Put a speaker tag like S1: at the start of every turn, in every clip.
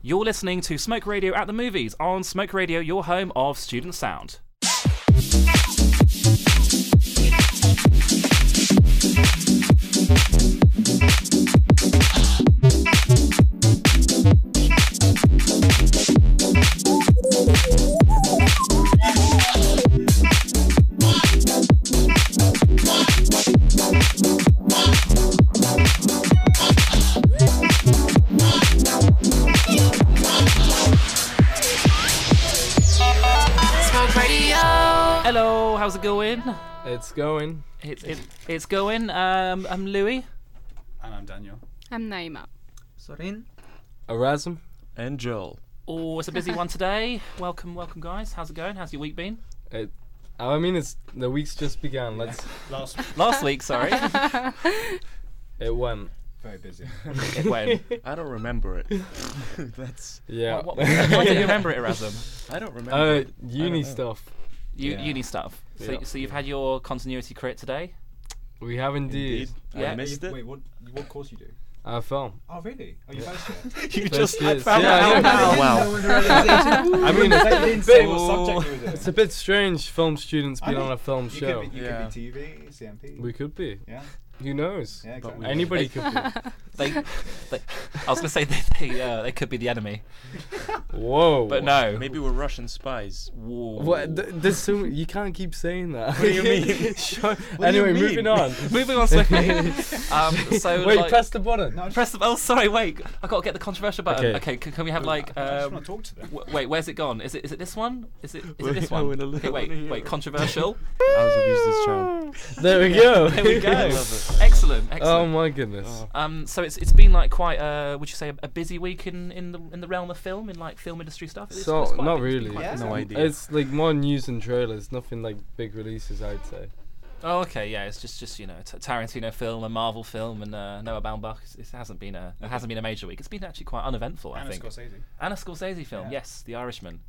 S1: You're listening to Smoke Radio at the Movies on Smoke Radio, your home of student sound.
S2: Smoke radio.
S1: Hello, how's it going?
S3: It's going.
S1: It's it, it's going. Um, I'm Louis.
S4: And I'm Daniel.
S5: I'm Naima.
S6: Sorin.
S3: Erasm.
S7: and Joel.
S1: Oh, it's a busy one today. Welcome, welcome, guys. How's it going? How's your week been?
S3: It, Uh, I mean, it's the week's just began. Let's.
S4: Last
S1: Last week, sorry.
S3: It went.
S4: very busy.
S1: it went.
S7: I don't remember it. That's
S3: Yeah.
S1: What, what, why do you remember it, Erasm?
S7: I don't remember.
S3: uh,
S7: it.
S3: uni
S7: I don't know.
S3: stuff.
S1: U-
S4: Yeah.
S1: Uni stuff. So,
S3: Yeah.
S1: so you've had your continuity crit today.
S3: We have indeed.
S7: Indeed.
S1: Yeah.
S7: I missed it.
S4: Wait, what, what course you do?
S3: I fell.
S4: Oh, really? Oh, you both do it?
S7: You
S3: First
S7: just
S3: years.
S1: found
S3: yeah,
S1: out
S3: I know.
S1: now.
S3: Oh, I mean,
S4: They
S3: it's,
S4: didn't say what subject you were
S3: it's
S4: doing.
S3: a bit strange film students
S4: I
S3: being
S4: mean,
S3: on a film
S4: You,
S3: show.
S4: could, be, you
S7: Yeah.
S4: could be TV, CMP.
S3: We could be.
S4: yeah,
S3: Who knows?
S4: yeah,
S7: But
S4: exactly.
S7: we-
S3: Anybody could be.
S1: They, they, I was gonna say they, they, uh, they could be the enemy,
S3: Whoa.
S1: but no.
S7: Maybe we're Russian spies.
S1: Whoa.
S3: What? Th- there's so you can't keep saying that.
S7: What do you mean?
S3: Sure.
S7: do you
S3: anyway,
S7: mean?
S3: moving on.
S1: Moving on swiftly. um, so
S3: Wait,
S1: like,
S3: press the button.
S4: No, I just,
S1: press the. Oh, sorry. Wait, I gotta get the controversial button. Okay.
S3: Okay.
S1: can, can we have like?
S4: I just
S1: Um,
S4: want to talk to them.
S1: w- wait, where's it gone? Is it is it this one? Is it is it
S7: Wait,
S1: this
S7: I
S1: one?
S7: wanna look-
S1: Okay,
S7: I
S1: wait,
S7: wanna hear
S1: wait.
S7: it.
S1: Controversial.
S7: I was abused this child.
S3: There we go.
S1: There we go.
S7: I love it.
S1: excellent, excellent.
S3: Oh my goodness.
S7: Oh.
S1: Um, so it's it's been like quite uh would you say a, a busy week in, in the in the realm of film in like film industry stuff. It's-
S3: So
S1: it's quite
S3: not
S1: big, it's
S3: really.
S1: quite
S4: Yeah.
S1: busy.
S7: No idea.
S3: It's like more news and trailers, nothing like big releases, I'd say.
S1: Oh okay, yeah. It's just just you know t- Tarantino film, a Marvel film, and uh, Noah Baumbach. It's- It hasn't been a it hasn't been a major week. It's been actually quite uneventful. I
S4: Anna
S1: think.
S4: Scorsese.
S1: Anna Scorsese film,
S4: Yeah.
S1: yes, The Irishman.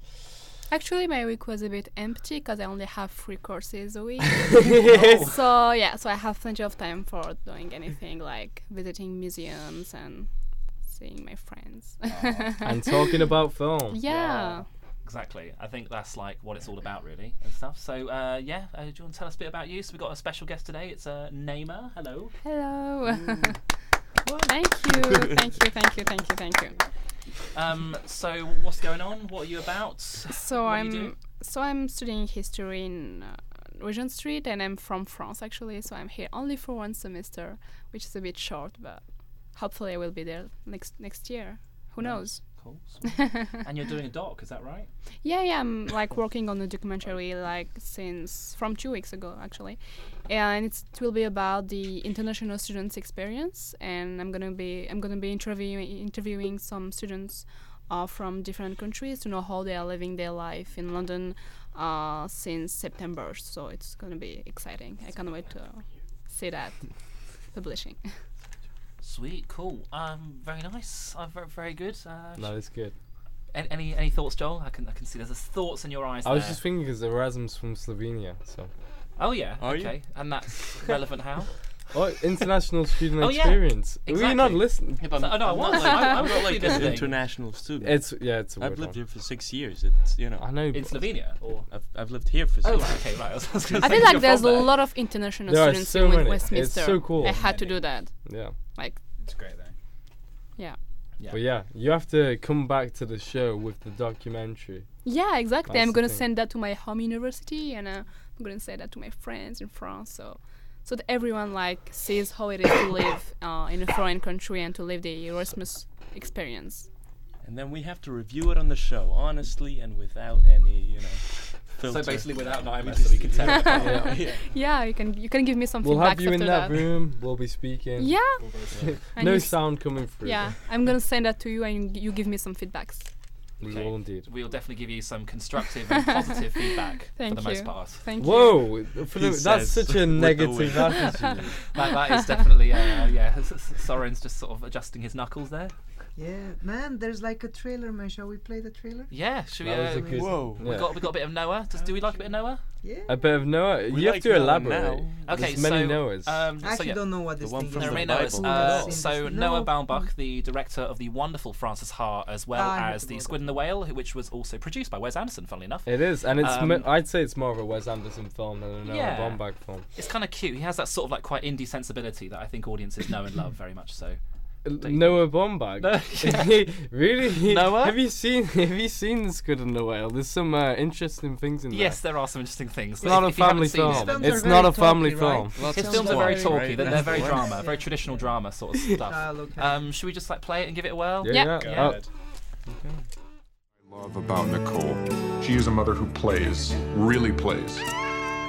S5: Actually, my week was a bit empty because I only have three courses a week.
S3: Yes.
S5: so yeah, so I have plenty of time for doing anything like visiting museums and seeing my friends.
S3: and talking about film.
S5: yeah.
S1: Exactly. I think that's like what it's all about, really, and stuff. So, uh, yeah, uh, do you want to tell us a bit about you? So, we've got a special guest today. It's uh, Naima. Hello.
S5: Hello. thank you. Thank you. Thank you. Thank you. Thank you.
S1: Um, so, what's going on? What are you about?
S5: So
S1: What do you do?
S5: I'm so I'm studying history in uh, Regent Street, and I'm from France actually. So I'm here only for one semester, which is a bit short, but hopefully I will be there next next year. Who knows?
S1: Cool. and you're doing a doc, is that right?
S5: Yeah, yeah. I'm like working on a documentary like since from two weeks ago actually, and it's, it will be about the international students' experience. And I'm gonna be I'm gonna be interviewing interviewing some students uh, from different countries to know how they are living their life in London uh, since September. So it's gonna be exciting. I can't wait to see that publishing.
S1: Sweet, cool. Um, very nice. Uh, very, very good. Uh,
S3: That is good.
S1: a- any any thoughts, Joel? I can I can see there's a thoughts in your eyes.
S3: I was
S1: there.
S3: just thinking because Erasmus from Slovenia, so
S1: Oh yeah.
S7: Are you?
S1: okay. And that's relevant how?
S3: oh, international student
S1: Oh, yeah.
S3: experience. We're not
S1: Exactly.
S3: listening.
S1: So- oh, no, I was. I, I was
S7: not
S1: actually
S7: like an
S1: listening.
S7: international student.
S3: It's yeah, it's a
S7: I've
S3: weird
S7: lived
S3: one.
S7: here for six years. It's you know.
S3: I know.
S1: in
S3: but
S1: Slovenia or.
S7: I've, I've lived here for six.
S1: Oh,
S7: years.
S1: right, okay, right. I, was, I, was gonna
S5: I
S1: say,
S5: feel like
S1: you're
S5: there's a
S1: from there.
S5: lot of international
S3: There are
S5: students
S3: so
S5: in Wes-
S3: many. It's
S5: Westminster.
S3: so cool.
S5: I had to do that.
S3: Yeah.
S5: Like
S4: It's great though.
S5: yeah.
S1: Yeah.
S3: But yeah, you have to come back to the show with the documentary.
S5: Yeah, exactly.
S3: That's
S5: I'm
S3: the
S5: gonna
S3: thing.
S5: send that to my home university, and uh, I'm gonna say that to my friends in France, so so that everyone like sees how it is to live uh, in a foreign country and to live the Erasmus experience.
S7: And then we have to review it on the show, honestly and without any you know. Filter.
S1: So basically, without Naima, so we can tell. it apart.
S3: Yeah.
S7: yeah.
S5: Yeah, you can you can give me some
S3: We'll
S5: feedback
S3: have you in
S5: after
S3: that, room. We'll be speaking.
S5: Yeah,
S4: We'll go through it.
S5: and you
S3: No
S5: s-
S3: sound coming through.
S5: yeah. I'm gonna send that to you, and you give me some feedbacks.
S3: We
S1: Okay.
S3: will indeed.
S1: We'll definitely give you some constructive and positive feedback
S5: Thank
S1: for the most
S5: you.
S1: part.
S5: Thank you.
S3: Whoa, Philip,
S7: He
S3: that's
S7: says,
S3: such a
S7: with the
S3: negative
S7: wind.
S3: attitude.
S1: uh, That, that is definitely uh, yeah. Soren's just sort of adjusting his knuckles there.
S6: Yeah, man, there's like a trailer, man. Shall we play the trailer?
S1: Yeah, should we?
S3: That was
S1: Uh,
S3: a good.
S7: Whoa.
S1: we got we got a bit of Noah. Does, do we like a bit of Noah?
S6: Yeah.
S3: A bit of Noah.
S7: We
S3: you
S7: like
S3: have to
S7: Noah
S3: elaborate.
S7: now.
S1: Okay,
S3: There's many
S1: so
S3: Noahs.
S1: um,
S6: I actually
S1: so yeah.
S6: don't know what
S7: The
S6: this
S7: one
S6: thing
S7: from
S6: is.
S1: There
S7: the
S1: are many
S7: Bible.
S1: Noahs.
S6: Who
S1: Uh,
S6: has seen
S1: so
S6: this?
S1: Noah
S6: No.
S1: Baumbach, the director of the wonderful Francis Ha, as well
S6: Ah, I heard
S1: as the
S6: about
S1: Squid
S6: that.
S1: and the Whale, who- which was also produced by Wes Anderson. Funnily enough,
S3: it is, and it's.
S1: um,
S3: mo- I'd say it's more of a Wes Anderson film than a Noah
S1: Yeah.
S3: Baumbach film.
S1: it's kind of cute. He has that sort of like quite indie sensibility that I think audiences know and love very much. So
S3: L-
S1: Like-
S3: Noah Baumbach.
S1: No,
S3: really?
S1: Noah?
S3: Have you seen? Have you seen the Squid and the Whale? There's some uh, interesting things in
S1: yes,
S3: there.
S1: there are some interesting things.
S3: It's not a
S1: If- if you haven't
S3: family
S1: seen it-
S3: film.
S6: Films are
S3: It's
S6: very
S3: not a family
S6: talky, right?
S3: film.
S7: Lots
S1: His
S6: of
S1: films are
S6: squats,
S1: very
S6: right?
S1: talky. They're, they're very
S6: That's
S1: drama,
S6: what-
S1: very traditional drama sort of
S6: Ah,
S1: stuff.
S6: look.
S1: Um, should we just like play it and give it a whirl?
S5: Yeah.
S3: Oh,
S8: love about Nicole. She is a mother who plays, really plays.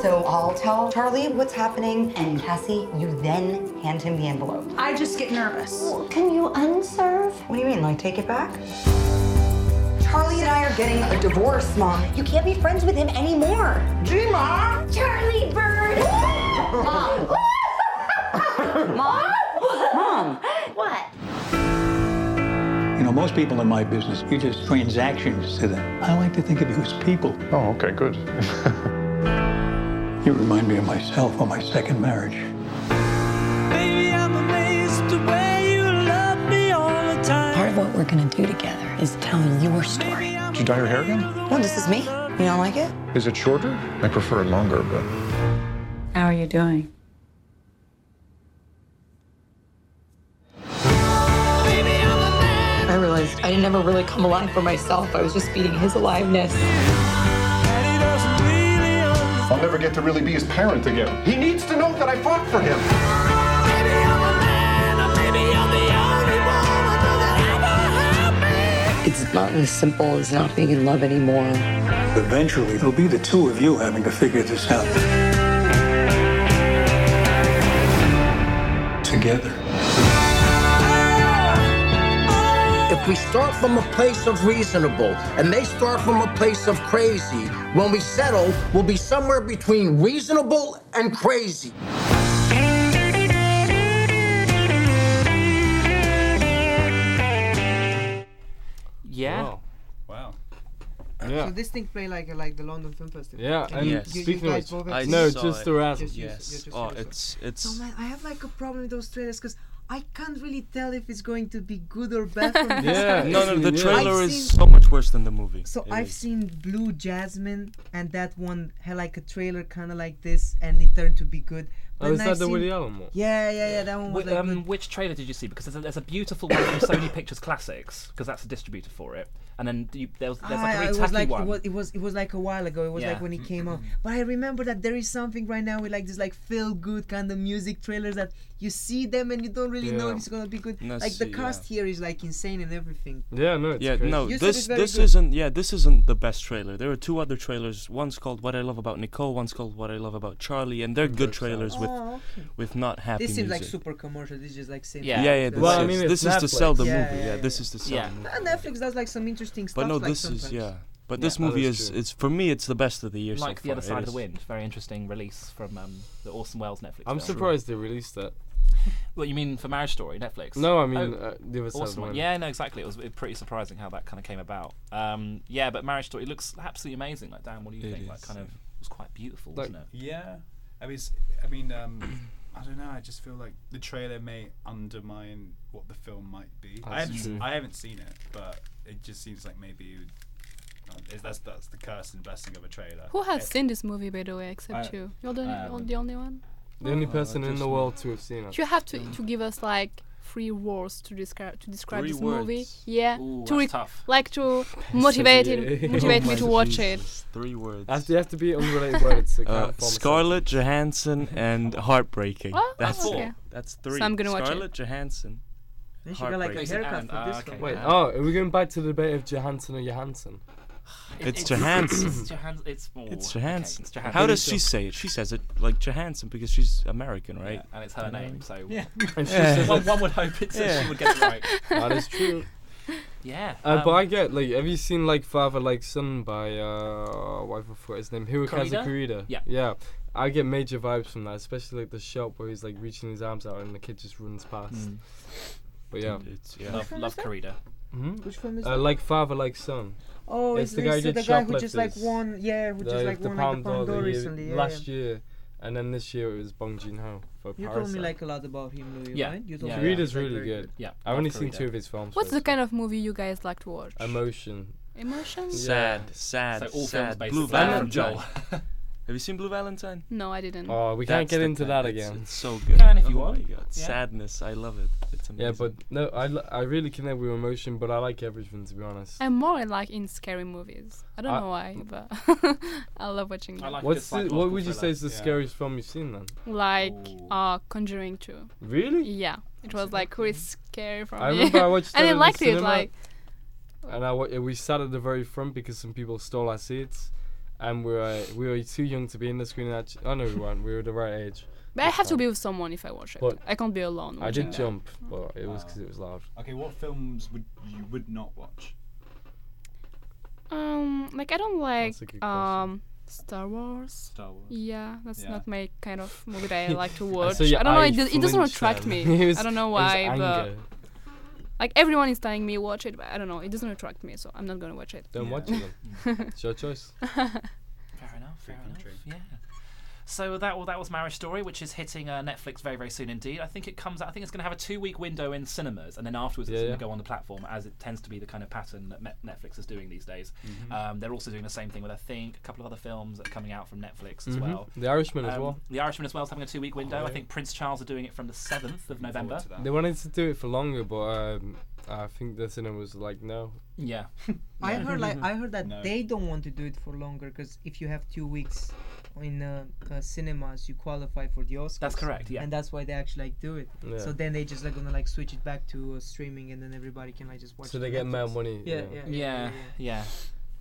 S9: So I'll tell Charlie what's happening, and Cassie, you then hand him the envelope.
S10: I just get nervous.
S11: Can you unserve?
S9: What do you mean, like take it back? Charlie and I are getting a divorce, Mom. You can't be friends with him anymore. Gma!
S11: Charlie Bird! Mom. Mom?
S9: Mom!
S11: What?
S10: You know, most people in my business, you're just transactions to them. I like to think of you as people.
S8: Oh, okay, good.
S10: You remind me of myself on my second marriage.
S2: Baby, I'm amazed the way you love me all the time.
S9: Part of what we're gonna do together is tell your story.
S8: Did you dye your hair again?
S9: No, this is me. You don't like it?
S8: Is it shorter? I prefer it longer, but.
S2: How are you doing?
S9: I realized I didn't ever really come alive for myself. I was just feeding his aliveness.
S8: I'll never get to really be his parent again. He needs to know that I fought for him.
S9: It's not as simple as not being in love anymore.
S10: Eventually, it'll be the two of you having to figure this out. Together.
S12: If we start from a place of reasonable and they start from a place of crazy, when we settle, we'll be somewhere between reasonable and crazy.
S1: Yeah.
S3: wow.
S4: Wow.
S3: Yeah.
S6: So this thing play like like the London Film Festival.
S3: Yeah,
S6: Can
S3: and
S6: you,
S7: Yes.
S6: you, you
S3: speaking of
S6: guys
S3: which-
S6: both have
S7: I
S6: seen
S3: no,
S6: it?
S7: saw
S3: just
S7: it.
S3: to ask.
S6: Just-
S7: Yes.
S6: you just
S7: Oh,
S6: said it.
S7: it's
S6: No
S7: it's.
S6: man, I have like a problem with those trailers because I can't really tell if it's going to be good or bad. From this
S3: Yeah.
S6: trailer.
S7: No, no, the
S3: Yeah.
S7: trailer
S6: I've
S7: is
S6: seen-
S7: so much worse than the movie.
S6: So
S7: It
S6: I've
S7: is.
S6: seen Blue Jasmine, and that one had like a trailer kind of like this, and it turned to be good.
S3: Oh,
S6: Then
S3: is that
S6: I've
S3: the
S6: seen-
S3: Woody Allen one?
S6: Yeah, yeah, yeah. That one was
S1: Wh-
S6: like
S1: um,
S6: good.
S1: which trailer did you see? Because there's a, there's a beautiful one from Sony Pictures Classics, because that's the distributor for it. And then you, there was, there's like a
S6: Ah,
S1: really
S6: it
S1: tacky
S6: was like
S1: one.
S6: It, was, it was it was like a while ago. It was
S1: Yeah.
S6: like when it came out. But I remember that there is something right now with like this like feel good kind of music trailers that you see them and you don't really know
S3: Yeah.
S6: if it's gonna be good.
S7: No,
S6: like the
S7: see,
S6: cast here is like insane and everything.
S3: Yeah, no, it's
S7: Yeah,
S3: crazy.
S7: no,
S6: You said
S7: this
S6: it's very
S7: this
S6: good.
S7: isn't yeah, this isn't the best trailer. There are two other trailers. One's called What I Love About Nicole, one's called What I Love About Charlie, and they're good trailers with
S6: oh, okay.
S7: with not happy
S6: This seems like
S7: music.
S6: super commercial. This is just like same.
S1: Yeah.
S7: yeah, yeah, this,
S3: Well, I
S7: is,
S3: mean,
S7: this
S3: it's
S7: is to sell the
S6: Netflix. Yeah,
S7: movie.
S6: yeah,
S7: Yeah,
S6: yeah.
S7: this is to sell
S1: Yeah.
S7: the movie.
S6: Ah, Netflix does like some interesting stuff.
S7: But no,
S6: like,
S7: this is
S6: sometimes.
S7: yeah. But
S1: Yeah.
S7: this
S3: No,
S7: movie
S3: that's
S7: is
S3: true.
S7: it's for me it's the best of the year so
S1: like the other
S7: far. It
S1: side of the
S7: is.
S1: wind, very interesting release from um, the Orson Welles Netflix.
S3: I'm
S1: film.
S3: surprised they released that.
S1: What you mean for Marriage Story Netflix?
S3: No, I mean
S1: Oh,
S3: uh, the other side of the
S1: awesome.
S3: wind.
S1: Yeah, no, exactly. It was pretty surprising how that kind of came about. Um, yeah, but Marriage Story it looks absolutely amazing. Like Dan, what do you
S7: It
S1: think? Like
S7: is,
S1: kind of
S7: yeah.
S1: it was quite beautiful,
S3: Like-
S1: wasn't it?
S4: Yeah. I mean, s- I mean, um, I don't know. I just feel like the trailer may undermine what the film might be. I
S3: That's
S4: haven't, s-
S3: true.
S4: I haven't seen it, but it just seems like maybe it would, um, is- that's that's the curse and blessing of a trailer. Eh,
S5: Who has
S4: It-
S5: seen this movie, by the way, except
S4: I-
S5: you? You're the,
S4: I
S5: you're
S4: haven't.
S5: the only one.
S3: The only person in
S7: Uh, just
S3: the
S7: know.
S3: world to have seen it.
S5: You have to, to give us like three words to describe to describe
S7: Three
S5: this movie.
S7: words.
S5: Yeah,
S1: Ooh,
S5: to
S1: that's
S5: rec-
S1: tough.
S5: like to motivate it, motivate me to watch it.
S7: Jesus, Three words.
S3: Have to, have to be unrelated words. to
S7: Uh,
S3: count for myself.
S7: Scarlett Johansson and heartbreaking.
S5: Oh,
S7: That's
S5: okay.
S7: it. That's three.
S5: So I'm gonna watch it.
S7: Scarlett Johansson.
S6: Then she got like a
S7: Heartbreak.
S6: haircut
S1: And-
S6: for
S1: ah,
S6: this
S1: okay.
S6: one.
S3: uh, Wait,
S1: Yeah.
S3: oh, are we going back to the debate of Johansson or Johansson?
S7: It's Johansson.
S1: It's Johansson. It's, oh,
S7: It's
S1: okay,
S7: Johansson.
S1: it's Johansson.
S7: How does she say it? She says it like Johansson because she's American, right?
S1: and it's her name, so
S7: Yeah.
S1: And she says One- it- one would hope it's- that she would get it right.
S3: that is true.
S1: Yeah,
S3: Uh, but
S1: um,
S3: I get like, have you seen like Father Like Son by uh, wife of what his name, Hirokazu
S1: Kurita?
S3: Kurita?
S1: Yeah.
S3: Yeah. I get major vibes from that, especially like the shot where he's like reaching his arms out and the kid just runs past.
S1: Mm.
S3: But yeah,
S7: It's,
S1: yeah. Love- love Kurita.
S3: hmm
S6: Which film is
S3: uh,
S6: that?
S3: Like Father Like Son.
S6: Oh,
S3: it's the
S6: is this
S3: guy
S6: the
S3: who did
S6: guy who just, like,
S3: Shoplifters.
S6: won- yeah, who just,
S3: The-
S6: like,
S3: the
S6: won, like, the
S3: Palme
S6: Palme d'Or
S3: year-
S6: recently, yeah,
S3: last
S6: yeah.
S3: year, and then this year it was Bong Joon Ho for
S6: You told
S3: Parasite.
S6: me like a lot about him, Louis,
S3: yeah,
S6: right? You told
S3: yeah,
S6: me
S3: Kurita's
S6: that, like,
S3: really
S6: very
S3: good.
S1: Yeah,
S3: I've
S1: love
S3: only seen
S1: Kurita.
S3: two of his films.
S5: What's
S3: so
S5: the kind of movie you guys like to watch?
S3: Emotion.
S5: Emotion?
S7: Sad, sad,
S1: So all films
S7: sad.
S1: basically
S7: Blue
S1: from
S7: Valentine.
S1: Joel.
S7: Have you seen Blue Valentine?
S5: No, I didn't.
S3: Oh, we can't
S7: That's
S3: get
S7: the
S3: into
S7: thing,
S3: that
S7: it's-
S3: again.
S7: It's so good.
S1: can if you
S7: oh
S1: want,
S7: My God.
S1: yeah.
S7: Sadness. I love it. It's amazing.
S3: Yeah, but no, I, l- I really connect with emotion, but I like everything to be honest.
S5: I'm more like in scary movies. I don't
S3: I-
S5: know why, but I love watching them.
S3: What's the, what would you say is the scariest film you've seen then?
S5: like uh, Conjuring 2.
S3: Really?
S5: Yeah, it was like really scary for me.
S3: I remember I watched.
S5: and
S3: that
S5: I
S3: in the
S5: liked it.
S3: cinema,
S5: Like
S3: And I wa- we sat at the very front because some people stole our seats, and we were we were too young to be in the screen. Actually, oh no, we weren't. We were the right age.
S5: But I have to be with someone if I watch it.
S3: But
S5: I can't be alone.
S3: I
S5: watching
S3: did
S5: that.
S3: jump, but it was because it was loud.
S4: Okay, what films would you would not watch?
S5: Um, like I don't like
S4: a good question.
S5: um Star Wars.
S4: Star Wars.
S5: Yeah, that's
S4: Yeah.
S5: not my kind of movie that I like to watch.
S3: your
S5: I don't know.
S3: eye
S5: It, do- it doesn't
S3: flinched
S5: attract
S3: then.
S5: me.
S3: It was-
S5: I don't
S3: it
S5: know
S3: was
S5: why, but
S3: anger.
S5: like everyone is telling me watch it, but I don't know. It doesn't attract me, so I'm not gonna watch it.
S3: Don't watch it. Then. it's your choice.
S1: Fair enough. Fair enough. Yeah. So that well, that was Marriage Story, which is hitting uh, Netflix very very soon indeed. I think it comes out. I think it's going to have a two week window in cinemas, and then afterwards it's
S3: Yeah,
S1: going
S3: yeah.
S1: to go on the platform, as it tends to be the kind of pattern that Met- Netflix is doing these days.
S3: Mhm.
S1: Um, they're also doing the same thing with I think a couple of other films that are coming out from Netflix as
S3: Mhm.
S1: well. Um,
S3: The Irishman as well.
S1: The Irishman as well is having a two week window.
S3: Oh,
S1: I
S3: yeah.
S1: think Prince Charles are doing it from the seventh of November.
S3: They wanted to do it for longer, but um, I think the cinema was like, no.
S1: Yeah.
S6: I
S1: Yeah.
S6: heard like I heard that
S3: No.
S6: they don't want to do it for longer because if you have two weeks in uh, uh, cinemas, you qualify for the Oscars.
S1: That's correct, yeah.
S6: And that's why they actually like do it.
S3: Yeah.
S6: So then they just like gonna like switch it back to uh, streaming, and then everybody can like just watch.
S3: So
S6: it
S3: they
S6: on
S3: get more
S6: Netflix.
S3: money,
S6: Yeah,
S3: yeah.
S6: yeah,
S1: yeah, yeah.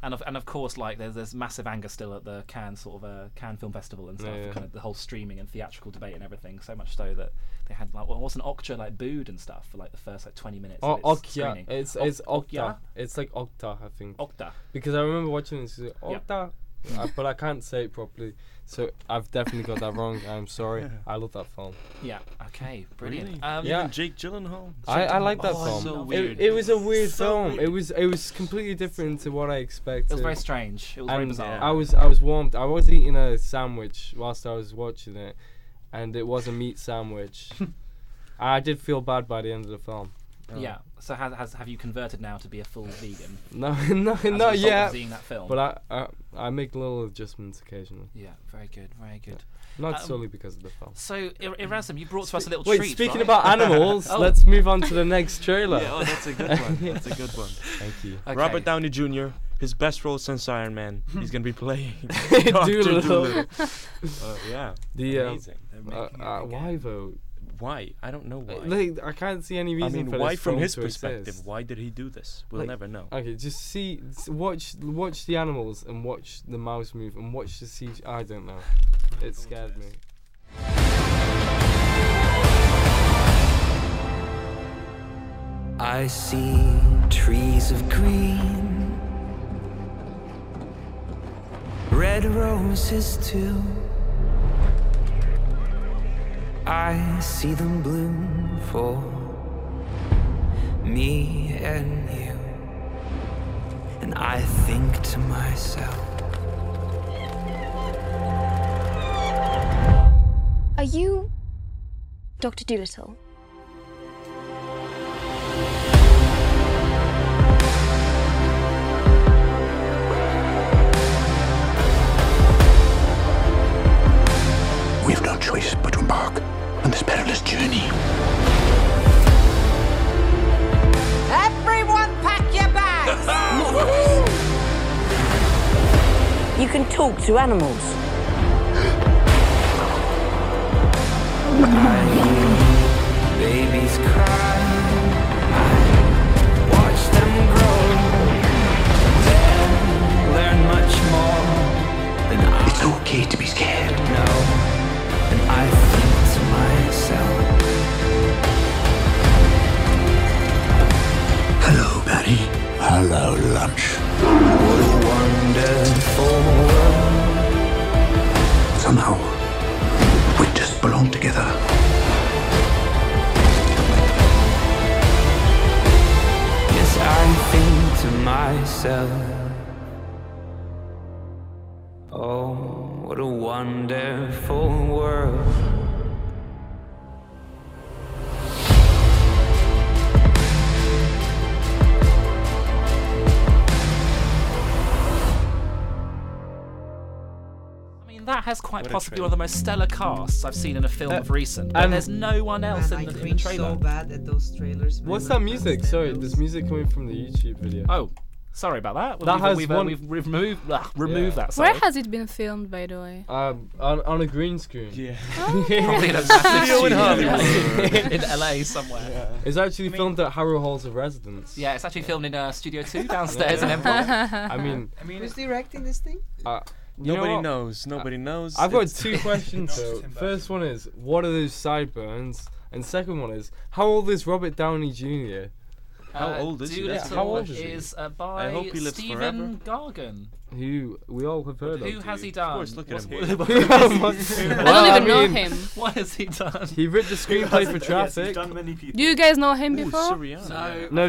S1: And of, and of course, like there's there's massive anger still at the Cannes sort of uh, Cannes Film Festival and stuff,
S3: Yeah, yeah.
S1: kind of the whole streaming and theatrical debate and everything. So much so that they had like well, wasn't Okja like booed and stuff for like the first like 20 minutes?
S3: Oh,
S1: of its
S3: Okja.
S1: screening?
S3: It's
S1: Ok-
S3: it's Okja.
S1: Okja?
S3: It's like Okta, I think.
S1: Okta.
S3: Because I remember watching this. it's
S1: Yeah.
S3: Like, Okta. I- but I can't say it properly, so I've definitely got that wrong. I'm sorry. I love that film.
S1: Yeah. Okay. Brilliant.
S7: Really?
S1: Um,
S3: Yeah.
S7: Even Jake Gyllenhaal.
S3: I, I like that
S7: Oh,
S3: film.
S7: So
S3: It-
S7: weird.
S3: It, was a weird
S7: So
S3: film.
S7: weird.
S3: It was it was completely different to what I expected.
S1: very strange. It was very
S3: And
S1: bizarre.
S3: I was I was warmed. I was eating a sandwich whilst I was watching it, and it was a meat sandwich. I did feel bad by the end of the film.
S1: Yeah. So has, has have you converted now to be a full vegan?
S3: No, no,
S1: As a result
S3: not
S1: of
S3: yet.
S1: Seeing that film.
S3: But I, I I make little adjustments occasionally.
S1: yeah. Very good. Very good.
S3: Not
S1: Um,
S3: solely because of the film.
S1: So, Ir- Erasm, you brought to us a little
S3: Wait,
S1: treat.
S3: speaking
S1: right?
S3: about animals,
S1: Oh.
S3: let's move on to the next trailer.
S7: Yeah, oh, that's a good one. That's a good one.
S3: Thank you.
S1: Okay.
S7: Robert Downey Jr. His best role since Iron Man. He's gonna be playing Doctor
S3: Doolittle.
S7: Doolittle. Uh, yeah.
S3: The uh,
S7: Amazing. They're
S3: uh,
S7: making it
S3: uh, why though?
S7: Why? I don't know why.
S3: Like I can't see any
S7: I
S3: reason
S7: mean,
S3: for
S7: why
S3: this
S7: from
S3: film
S7: his
S3: to
S7: perspective?
S3: exist.
S7: Why did he do this? We'll
S3: Like,
S7: never know.
S3: Okay, just see, s- watch, watch the animals and watch the mouse move and watch the siege. I don't know. It scared me.
S2: I see trees of green, red roses too. I see them bloom for me and you. And I think to myself,
S11: Are you Dr. Doolittle?
S8: We have no choice but to embark on this perilous journey.
S11: Everyone pack your bags!
S13: You can talk to animals.
S2: babies cry. I watch them grow. Then
S14: oh, wonderful world.
S1: I mean, that has quite possibly one of the most stellar casts I've seen in a film of recent.
S3: um,
S1: And there's no one else
S6: Man,
S1: in,
S6: I
S1: the, in the
S6: cringe
S1: trailer.
S6: so bad at those trailers.
S3: What's
S6: man.
S3: that music? Sorry, there's music coming from the YouTube video.
S1: Oh, sorry about that. Well,
S3: that
S1: we've-
S3: has
S1: we've, uh,
S3: one.
S1: we've removed ah, removed that.
S5: Where
S1: Sorry.
S5: has it been filmed, by the way?
S3: Um, on, on a green screen. Yeah.
S1: Oh. Probably in a massive Studio in studio. Hollywood. In LA somewhere. Yeah.
S3: It's actually filmed at Harrow Halls of Residence.
S1: Yeah, it's actually filmed in uh, Studio Two downstairs in Empire.
S3: I mean,
S6: I mean, who's directing this thing?
S3: uh, you
S7: Nobody
S3: what? Uh,
S7: knows. Nobody knows.
S3: I've got
S7: It's-
S3: two questions though. First one is, what are those sideburns? And second one is, how old is Robert Downey Jr.?
S1: Uh, Doolittle
S3: How old is he?
S1: is uh, by
S7: hope he lives
S1: Stephen Gargan.
S3: Who we all have heard of.
S1: Who has he done?
S7: course, look at
S1: What's-
S7: him.
S1: what-
S3: Well,
S5: I don't even know
S3: mean,
S5: him.
S1: What has he done?
S3: He ripped the screenplay for Traffic.
S5: Do you guys know him before?
S1: No,
S3: No,
S1: I've